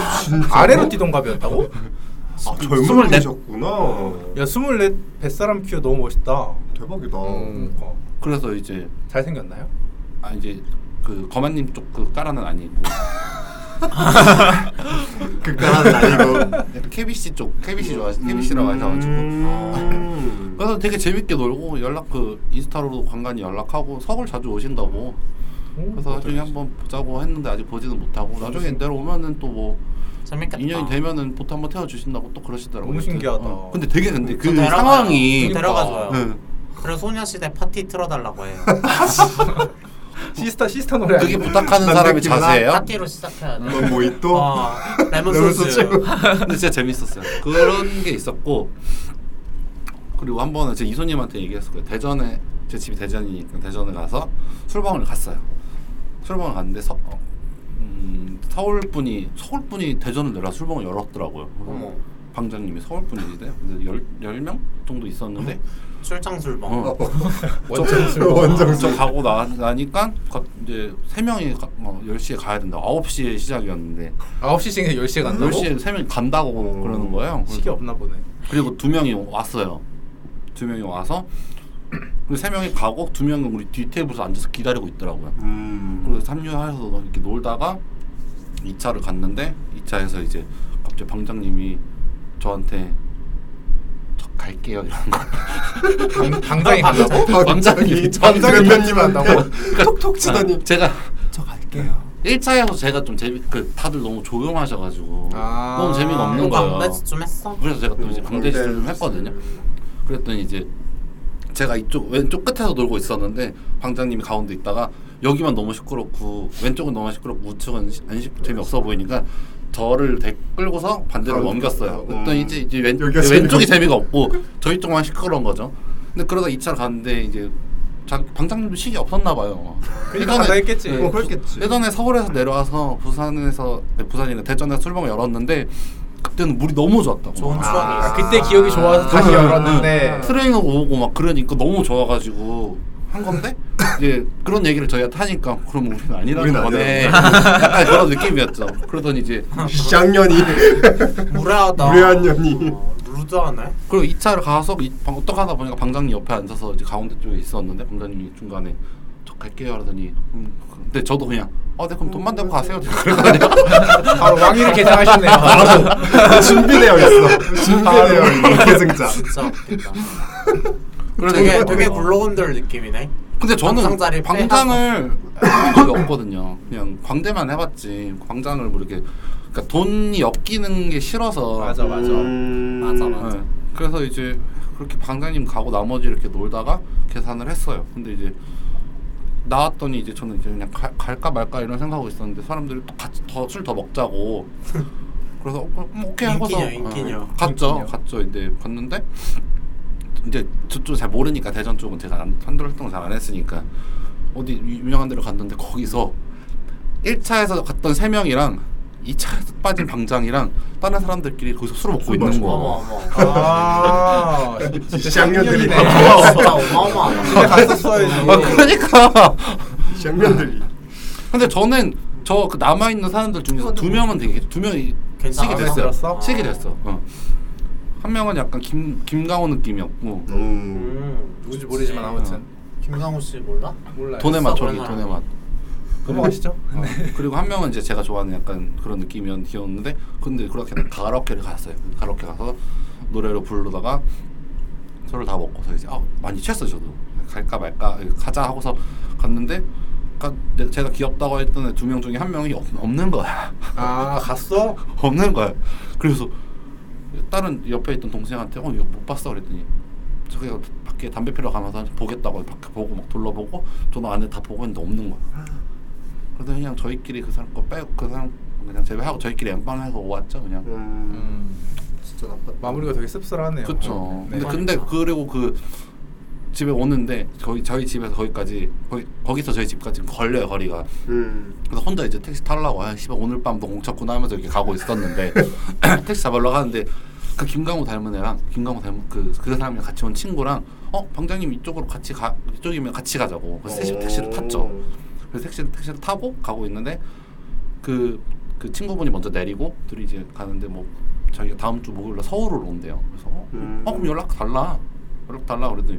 S1: 아래로 띠동갑이었다고?
S2: 아, 젊은
S4: 스물넷.
S2: 분이셨구나.
S1: 야, 스물넷 뱃사람 키워 너무 멋있다.
S2: 대박이다.
S1: 어.
S4: 그래서 이제
S1: 잘생겼나요?
S4: 아 이제 그 거만님 쪽 그 까라는 아니고
S2: 극단한
S4: 음.
S2: 아니고.
S4: KBC 쪽 KBC 좋아 KBC라고 하셔가지고 아.
S2: 음.
S4: 그래서 되게 재밌게 놀고 연락 그 인스타로도 간간히 연락하고 서울 자주 오신다고
S1: 음,
S4: 그래서 나중에 한번 보자고 했는데 아직 보지는 못하고 나중에 내려오면은 또뭐
S3: 재밌겠다.
S4: 인연이 되면은 보통 한번 태워 주신다고 또 그러시더라고요.
S1: 너무 신기하다.
S4: 어. 근데 되게 근데 그
S3: 저 데려가요.
S4: 상황이 그러니까. 네.
S3: 저 데려가줘요.
S4: 응.
S3: 그리고 소녀시대 파티 틀어달라고 해요.
S4: 아,
S1: 시스타 시스타 노래.
S4: 그게 뭐-
S1: 아니야?
S4: 부탁하는
S2: 난
S4: 사람이
S2: 느끼나?
S4: 자세예요.
S3: 파티로 시작해야 돼.
S2: 넌뭐 있또?
S3: 어,
S4: 아,
S3: 레몬
S2: 레몬
S3: 소스.
S2: 소스.
S4: 근데 진짜 재밌었어요. 그런 게 있었고 그리고 한 번은 제 이소님한테 얘기했었고요. 대전에 제 집이 대전이니까 대전에 가서 술방을 갔어요. 술방을 갔는데 서, 어, 음, 서울 분이 서울 분이 대전을 내려 술방을 열었더라고요.
S3: 어머.
S4: 방장님이 서울 분이시대요. 근데 열열명 정도 있었는데
S3: 출장 술방. 아,
S4: 어.
S1: 원정수. 네.
S4: 저 가고 나, 나니까 가- 이제 세 명이 가, 어, 10시에 가야 된다. 9시에 시작이었는데
S1: 9시쯤에 10시에 간다고?
S4: 10시에 세 명이 간다고 그러는 거예요.
S1: 식이 없나 보네.
S4: 그리고 두 명이 왔어요. 두 명이 와서 그리고 세 명이 가고 두 명은 우리 뒤 테이블에서 앉아서 기다리고 있더라고요.
S2: 음.
S4: 그리고 삼류하에서 이렇게 놀다가 2차를 갔는데 2차에서 이제 갑자기 방장님이 저한테 저 갈게요 이러는 거.
S1: 당, 당장에 간다고?
S4: 아, 방장님이
S2: 방장이 편집한다고?
S4: 그러니까
S2: 톡톡 치더니
S4: 아, 제가
S2: 저 갈게요.
S4: 1차에서 제가 좀 재미 그 다들 너무 조용하셔가지고
S1: 아.
S4: 너무 재미가 없는 거예요.
S3: 방배지 좀 했어.
S4: 그래서 제가 또 이제
S2: 음,
S4: 강대시를 좀
S2: 강제시를.
S4: 했거든요. 그랬더니 이제 제가 이쪽 왼쪽 끝에서 놀고 있었는데 방장님이 가운데 있다가 여기만 너무 시끄럽고 왼쪽은 너무 시끄럽고 우측은 시- 안 시, 재미없어 보이니까 저를 대, 끌고서 반대로
S2: 가운데
S4: 넘겼어요.
S2: 있다가,
S4: 그랬더니
S2: 음.
S4: 이제, 이제 왼,
S2: 여기가
S4: 왼쪽이
S2: 재미가
S4: 재미가 없고 저희 쪽만 시끄러운 거죠. 근데 그러다 2차를 갔는데 이제 자, 방장님도 식이 없었나 봐요.
S1: 그러니까 가다 했겠지.
S4: 예,
S1: 뭐
S4: 부-
S2: 그랬겠지.
S4: 예전에 서울에서 내려와서 부산에서 네, 부산이나 대전에서 술방을 열었는데 그때는 물이 너무 좋았다고.
S3: 좋은
S4: 막.
S3: 추억이 있어.
S1: 아, 그때 기억이 좋아서 다시
S4: 응,
S1: 열었는데
S4: 응. 트레이너 오고 막 그러니까 너무 좋아가지고 한 건데 이제 그런 얘기를 저희한테 하니까 그럼 우리는 아니라는
S2: 우리는
S4: 거네 [laughs] 약간 그런 느낌이었죠 그러더니 이제
S2: 양년이 [laughs]
S3: 무례하다.
S2: 무례한 년이.
S3: 어, 루드하네.
S4: 그리고 2차를 가서 이- 방- 어떡하다 보니까 방장님 옆에 앉아서 이제 가운데 쪽에 있었는데 방장님이 중간에 저 갈게요 하더니 음, 근데 저도 그냥 어네 그럼 돈만 내고 가세요 그랬거든요
S1: 바로 왕위를 개장하셨네요.
S2: 준비되어 있어. 준비되어 있는 계승자.
S3: 진짜 웃긴다.
S4: 그래서
S3: 되게
S4: 이제-
S3: 되게 블로건들 느낌이네.
S4: 근데 저는
S3: 방장자리
S4: 광장을 해본 적이 없거든요. 그냥 광대만 해봤지. 광장을 뭐 이렇게 그러니까 돈이 엮이는 게 싫어서.
S1: 맞아 맞아.
S2: 음.
S3: 맞아
S4: 네.
S3: 맞아.
S4: 그래서 이제 그렇게 방장님 가고 나머지 이렇게 놀다가 계산을 했어요. 근데 이제 나왔더니 이제 저는 이제 그냥 가, 갈까 말까 이런 생각하고 있었는데 사람들이 또 같이 더 술
S3: [laughs]
S4: 더 먹자고. 그래서 어, 그럼 오케이 하고서
S3: 인기녀, 인기녀.
S4: 어, 갔죠.
S1: 인기녀.
S4: 갔죠. 이제 갔는데 이제 저쪽 잘 모르니까 대전 쪽은 제가 안- 한두 활동 잘 안 했으니까 어디 유- 유명한 데로 갔는데 거기서 1차에서 갔던 세 명이랑 이 차에서 빠진 방장이랑 다른 사람들끼리 거기서 술을 먹고
S2: 술
S4: 있는
S2: 마시고.
S4: 거야.
S1: 아 진짜
S2: 시장년들이
S1: 쌍년이네.
S2: 다
S3: 아, 진짜 어마어마하다.
S1: 집에 [laughs] 갔었어야지.
S4: 아 그러니까. [laughs]
S2: 장면들이
S4: 근데 저는 저그 남아 있는 사람들 중에서 두 명은 되게 두 명이
S3: 괜찮아.
S4: 식이 됐어요.
S1: 들었어?
S4: 식이 됐어. 어. 한 명은 약간 김 김강호 느낌이었고
S2: 음.
S3: 음.
S1: 누군지 모르지만 아무튼
S3: 김상우 씨 몰라?
S1: 몰라요.
S4: 돈의 맛 저기
S3: 그런
S4: 돈의
S3: 사람이.
S4: 맛.
S1: 넘어가시죠.
S4: 어, 그리고 한 명은 이제 제가 좋아하는 약간 그런 느낌이었는데 근데 그렇게 가라오케를 갔어요. 가라오케 가서 노래를 부르다가 술을 다 먹고서 이제 아 많이 취했어 저도 갈까 말까 가자 하고서 갔는데 가- 내- 제가 귀엽다고 했던 애 두 명 중에 한 명이 없, 없는 거야.
S1: 아 갔어?
S4: 없는 거야. 그래서 다른 옆에 있던 동생한테 어 이거 못 봤어 그랬더니 저기가 밖에 담배 피러 가면서 보겠다고 밖에 보고 막 둘러보고 저는 안에 다 보고 있는데 없는 거야. 그래서 그냥 저희끼리 그 사람 거 빼고 그 사람 그냥 제외하고 저희끼리 엠빵해서 왔죠 그냥.
S2: 음.
S1: 음,
S2: 진짜 나빴다.
S1: 마무리가 되게 씁쓸하네요.
S4: 그쵸.
S1: 네.
S4: 근데 근데 그리고 그 집에 오는데 거기 저희 집에서 거기까지 거기, 거기서 저희 집까지 걸려요 거리가.
S2: 음.
S4: 그래서 혼자 이제 택시 타려고 아 씨발 오늘 밤도 공쳤구나 하면서 이렇게 가고 있었는데 [coughs] 택시 잡으러 가는데 그 김강호 닮은 애랑 김강호 닮은 그, 그 사람이랑 같이 온 친구랑 어 방장님 이쪽으로 같이 가 이쪽이면 같이 가자고 그래서 셋이 택시를 탔죠 그래서 택시를 택시를 타고 가고 있는데 그, 그 친구분이 먼저 내리고 둘이 이제 가는데 뭐 자기가 다음 주 목요일에 서울을 온대요 그래서 어,
S2: 음.
S4: 어 그럼 연락 달라 연락 달라 그랬더니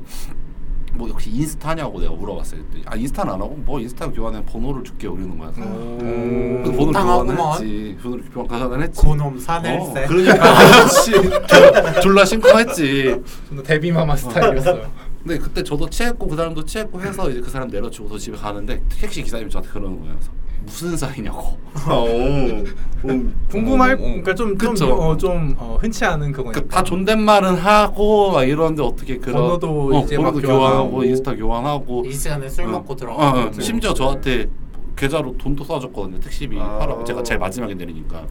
S4: 뭐 역시 인스타냐고 내가 물어봤어요 그랬더니 아 인스타는 안 하고 뭐 인스타 교환해 번호를 줄게 그러는 거야 그래서 그
S1: 음.
S4: 번호 교환을
S3: 당하구만.
S4: 했지. 번호 교환 가산을 했지.
S3: 고놈 사낼세.
S4: 어, [laughs] 그러니까
S1: 아씨
S4: 졸라 심쿵했지.
S1: 좀더 데뷔마마 스타일이었어요.
S4: 근데 그때 저도 취했고 그 사람도 취했고 해서 이제 그 사람 내려주고 저 집에 가는데 택시 기사님이 저한테 그러는 거예요. 그래서 무슨 사이냐고.
S2: 아, 오. 음.
S1: 궁금할
S4: 어, 어.
S1: 그러니까 좀좀좀
S4: 그쵸.
S1: 어, 좀, 어, 흔치 않은 그거니까.
S4: 그러니까 다 존댓말은 하고 막 이러는데 어떻게 그런
S1: 번호도
S4: 어,
S1: 이제
S4: 번호도
S1: 막
S4: 교환하고
S1: 교환하고.
S4: 인스타 교환하고
S3: 이 시간에 술 먹고
S4: 어,
S3: 들어가.
S4: 어, 심지어 저한테 계좌로 돈도 쏴줬거든요 택시비
S2: 아.
S4: 하라고 제가 제일 마지막에 내리니까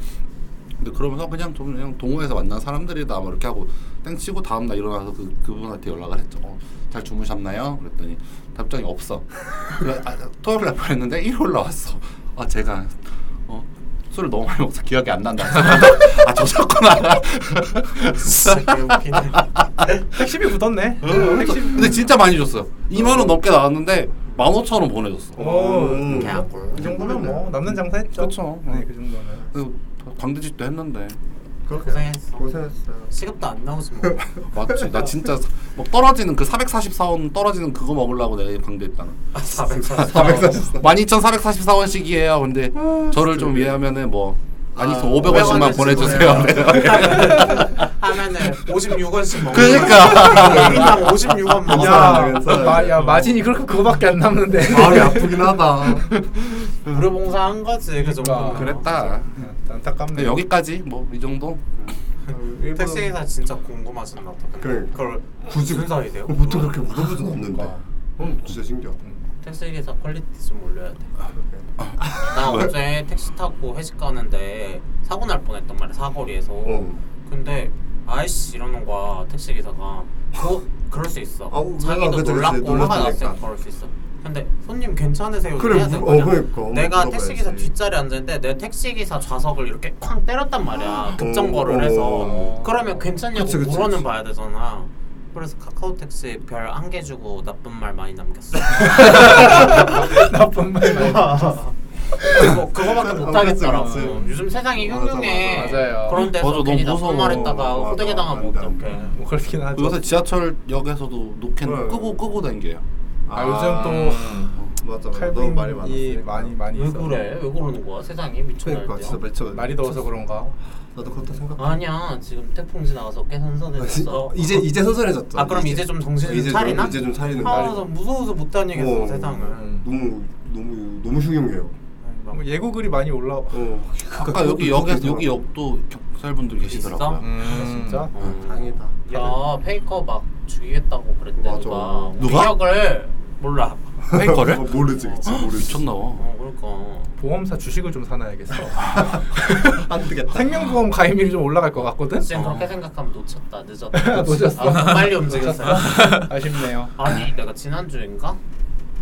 S4: 근데 그러면서 그냥 좀 그냥 동호회에서 만난 사람들이다 뭐 이렇게 하고 땡 치고 다음날 일어나서 그 그분한테 연락을 했죠 어, 잘 주무셨나요 그랬더니 답장이 없어 [laughs] 그래, 아, 토요일 날 보냈는데 일요일 날 왔어 아 제가 어 술을 너무 많이 먹어서 기억이 안 난다 [laughs] 아 저셨구나
S3: 진짜 개웃기네.
S1: 택시비 굳었네.
S4: 근데 진짜 많이 줬어요 2만 원 넘게 나왔는데 15,000원 보내줬어
S1: 오.
S3: 개꿀.
S1: 이 정도면 뭐 남는 장사 했죠.
S4: 그쵸.
S1: 네, 그 정도는.
S4: 그 광대짓도 했는데
S2: 그렇게
S3: 고생했어.
S2: 고생했어요.
S3: 시급도 안 나오지 뭐.
S4: 맞지 나 진짜 뭐 떨어지는 그 444원 떨어지는 그거 먹으려고 내가 광대했다는
S3: 아, 444.
S4: 12,444원씩이에요 근데 저를 좀 이해하면은 뭐 아니 저
S3: 500원씩
S4: 500원씩만
S3: 네.
S4: 보내주세요
S3: 하면은 56원씩 먹는 1인당
S4: 그러니까.
S3: 56원 먹어.
S2: 야. 괜찮아요.
S1: 마, 야 마진이 그렇게 그거밖에 안 남는데.
S2: 마음이 아프긴 하다.
S3: 무료 봉사한 거지 그 정도.
S4: [laughs] 아, 그랬다
S1: 안타깝네.
S4: 근데 여기까지 뭐 이 정도
S3: 택시기사 진짜 궁금하셨나 보다.
S2: 그래.
S3: 그걸 굳이 무슨 사이 돼요?
S2: 보통 아, 그렇게 물어보진 않는데. 어, 진짜 신기하다. 아,
S3: 택시기사 퀄리티 좀 올려야 돼. 나
S2: 네.
S3: 어제 택시 타고 회식 가는데 사고 날 뻔했단 말이야 사거리에서.
S2: 어.
S3: 근데 아이씨 이러는 거야 택시 기사가 그 그럴 수 있어
S2: 아우,
S3: 자기도
S2: 그래, 그래,
S3: 놀랐고
S2: 놀랐으니까.
S3: 화가 났으니까 그럴 수 있어 근데 손님 괜찮으세요
S2: 그래,
S3: 해야
S2: 물-
S3: 되는
S2: 어,
S3: 거잖아.
S2: 그러니까.
S3: 내가
S2: 물어봐야지.
S3: 택시 기사 뒷자리에 앉았는데 내 택시 기사 좌석을 이렇게 쾅 때렸단 말이야
S2: 어,
S3: 급정거를
S2: 어.
S3: 해서 그러면 괜찮냐고
S2: 그치, 그치,
S3: 물어는
S2: 그치.
S3: 봐야 되잖아 그래서 카카오 택시 별 한 개 주고 나쁜 말 많이 남겼어
S1: 나쁜 말
S3: 아.
S1: 많이.
S3: 뭐 그거밖에 못
S2: 아,
S3: 하겠더라고
S2: 그치, 그치.
S3: 요즘 세상이
S2: 맞아, 맞아,
S3: 흉흉해
S1: 맞아요.
S3: 그런
S4: 맞아,
S3: 데서
S4: 너무
S3: 괜히 나쁜
S4: 무서워.
S3: 말 했다가
S2: 맞아,
S3: 호되게 당하면
S2: 안 돼, 안 돼.
S3: 어떡해
S1: 뭐 그렇긴 하죠.
S4: 요새 지하철역에서도 노캔
S2: 네.
S4: 끄고 끄고 다녀요
S1: 아 요즘
S2: 또 뭐, 맞아,
S1: 또
S2: 맞아.
S1: 칼빈이
S2: 너무 말이
S1: 많이
S2: 많았으니까.
S1: 많이 많이
S3: 왜
S1: 있어.
S3: 그래? 왜 그러는 거야? 세상이 미쳤나
S2: 그러니까 진짜 미쳐.
S1: 말이 더워서 그런가?
S2: 나도 그렇다 생각.
S3: 아니야 지금 태풍 지나가서 꽤 어. 선선해졌어
S2: [laughs] 이제 이제 서서해졌죠.
S3: 아 그럼 이제 좀 정신 좀
S2: 이제 좀-
S3: 차리나?
S2: 이제 좀 차리는
S3: 아,
S2: 날이-
S3: 나 무서워서 못 다니겠어
S2: 어.
S3: 세상을
S1: 음.
S2: 너무 너무 너무 흉흉해요.
S1: 뭐 예고글이 많이 올라.
S2: 어.
S4: 아까 여기 역에 여기 역도 격살분들 계시더라고요
S3: 있어?
S1: 아, 진짜?
S3: 음.
S2: 다행이다.
S3: 야 페이커 막 죽이겠다고 그랬대
S2: 맞아.
S3: 누가
S4: 누가?
S3: 기억을 몰라
S5: 음.
S4: 페이커를?
S2: 어, 모르지, 그치, 모르지.
S4: 아, 미쳤나 봐 [laughs]
S3: 어 그러니까
S1: 보험사 주식을 좀 사놔야겠어. [laughs]
S2: 안 되겠다.
S1: 생명보험 가입률이 좀 올라갈 것 같거든. [laughs]
S3: 지금 그렇게 생각하면 놓쳤다 늦었다
S1: 어. 놓쳤어.
S3: 아, 빨리 움직였어
S1: [laughs] 아쉽네요.
S3: 아니 내가 지난주인가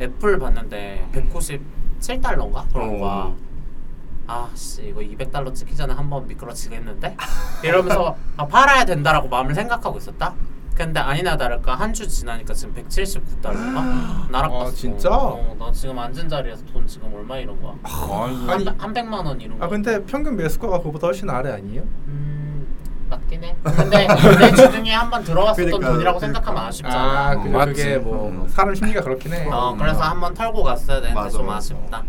S3: 애플 봤는데 197달러인가 그런
S2: 어.
S3: 거야 아씨 이거 200달러 찍기 전에 한 번 미끄러지겠는데 이러면서 아, 팔아야 된다라고 마음을 생각하고 있었다. 근데 아니나 다를까 한 주 지나니까 지금
S1: [gasps]
S3: 179달러인가 날아갔어.
S1: 아, 진짜?
S3: 어, 나 지금 앉은 자리에서 돈 지금 얼마 이런 거야?
S1: 아니,
S3: 한, 한 100만 원 이런 거.
S1: 아 근데 평균 매수가가 그거보다 훨씬 아래 아니에요?
S3: 음, 맞긴 해. 근데 내 주둥이에 한 번 들어갔었던
S2: 그러니까,
S3: 돈이라고
S2: 그러니까.
S3: 생각하면 아쉽잖아.
S1: 아 네. 근데
S4: 맞지.
S1: 그게 뭐
S4: 음.
S1: 사람 심리가 그렇긴 해.
S3: 어, 그래서 한 번 털고 갔어야 되는데
S2: 맞아,
S3: 좀
S2: 맞아.
S3: 아쉽다.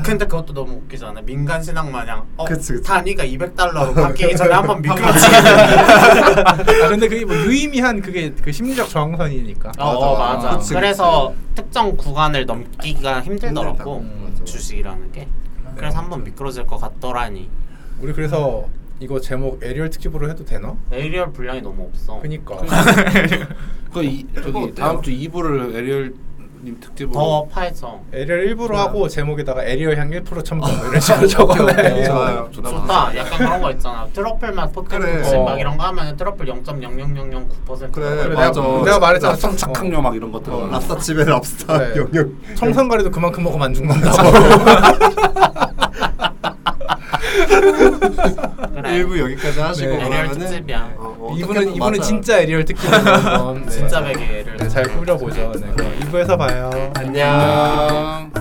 S3: 근데 그것도 너무 웃기지 않아? 민간 신앙 마냥 어,
S2: 그치, 그치.
S3: 단위가
S2: [laughs]
S3: 200달러로 바뀌기 전에 한 번 미끄러지겠는데
S1: 아 근데 그게 뭐 유의미한 그게 그 심리적 저항선이니까.
S3: 어, 어,
S2: 맞아.
S3: 맞아.
S2: 그치, 그치.
S3: 그래서 특정 구간을 넘기기가 힘들더라고.
S2: 힘들다고. 음, 맞아.
S3: 주식이라는 게. 그래서 한 번 미끄러질 것 같더라니.
S1: 우리 그래서 이거 제목 에리얼 특집으로 해도 되나?
S3: 에리얼 분량이 너무 없어.
S1: 그니까.
S4: 그 이, 저기 다음 주 2부를 에리얼님 특집으로
S3: 더 파헤쳐.
S1: [laughs] 에리얼 1부로 하고 제목에다가 에리얼 향 1% 첨가 뭐 이런 식으로 적어놔요. 네.
S2: 네. 좋아요.
S3: 좋다. 약간 그런 거 있잖아. 트러플 맛 포켓
S2: 그래.
S3: 국수 막
S1: 어.
S3: 이런 거 하면 트러플 0.00009%
S2: 그래,
S3: 나오고.
S1: 내가-
S2: 맞아.
S1: 내가 말했잖아.
S4: 랍스터 착각녀 막 이런 것들 어.
S2: 랍스터 집에 랍스터
S1: 음. 네.
S2: 영역
S1: 청산가리도 그만큼 먹으면 안 죽는다고.
S3: 그래.
S2: 어, 일부 여기까지 하시고
S1: 네.
S3: 에리얼
S2: 그러면은
S3: 네. 특집이야.
S2: 어, 네. 어,
S1: 이분은
S2: 어떻게든
S1: 이분은
S2: 맞아요.
S1: 진짜 에리얼 특집이에요. 네,
S3: 진짜 베개를
S1: 잘 꾸려보죠. 네, 그럼 2부에서 봐요.
S4: 안녕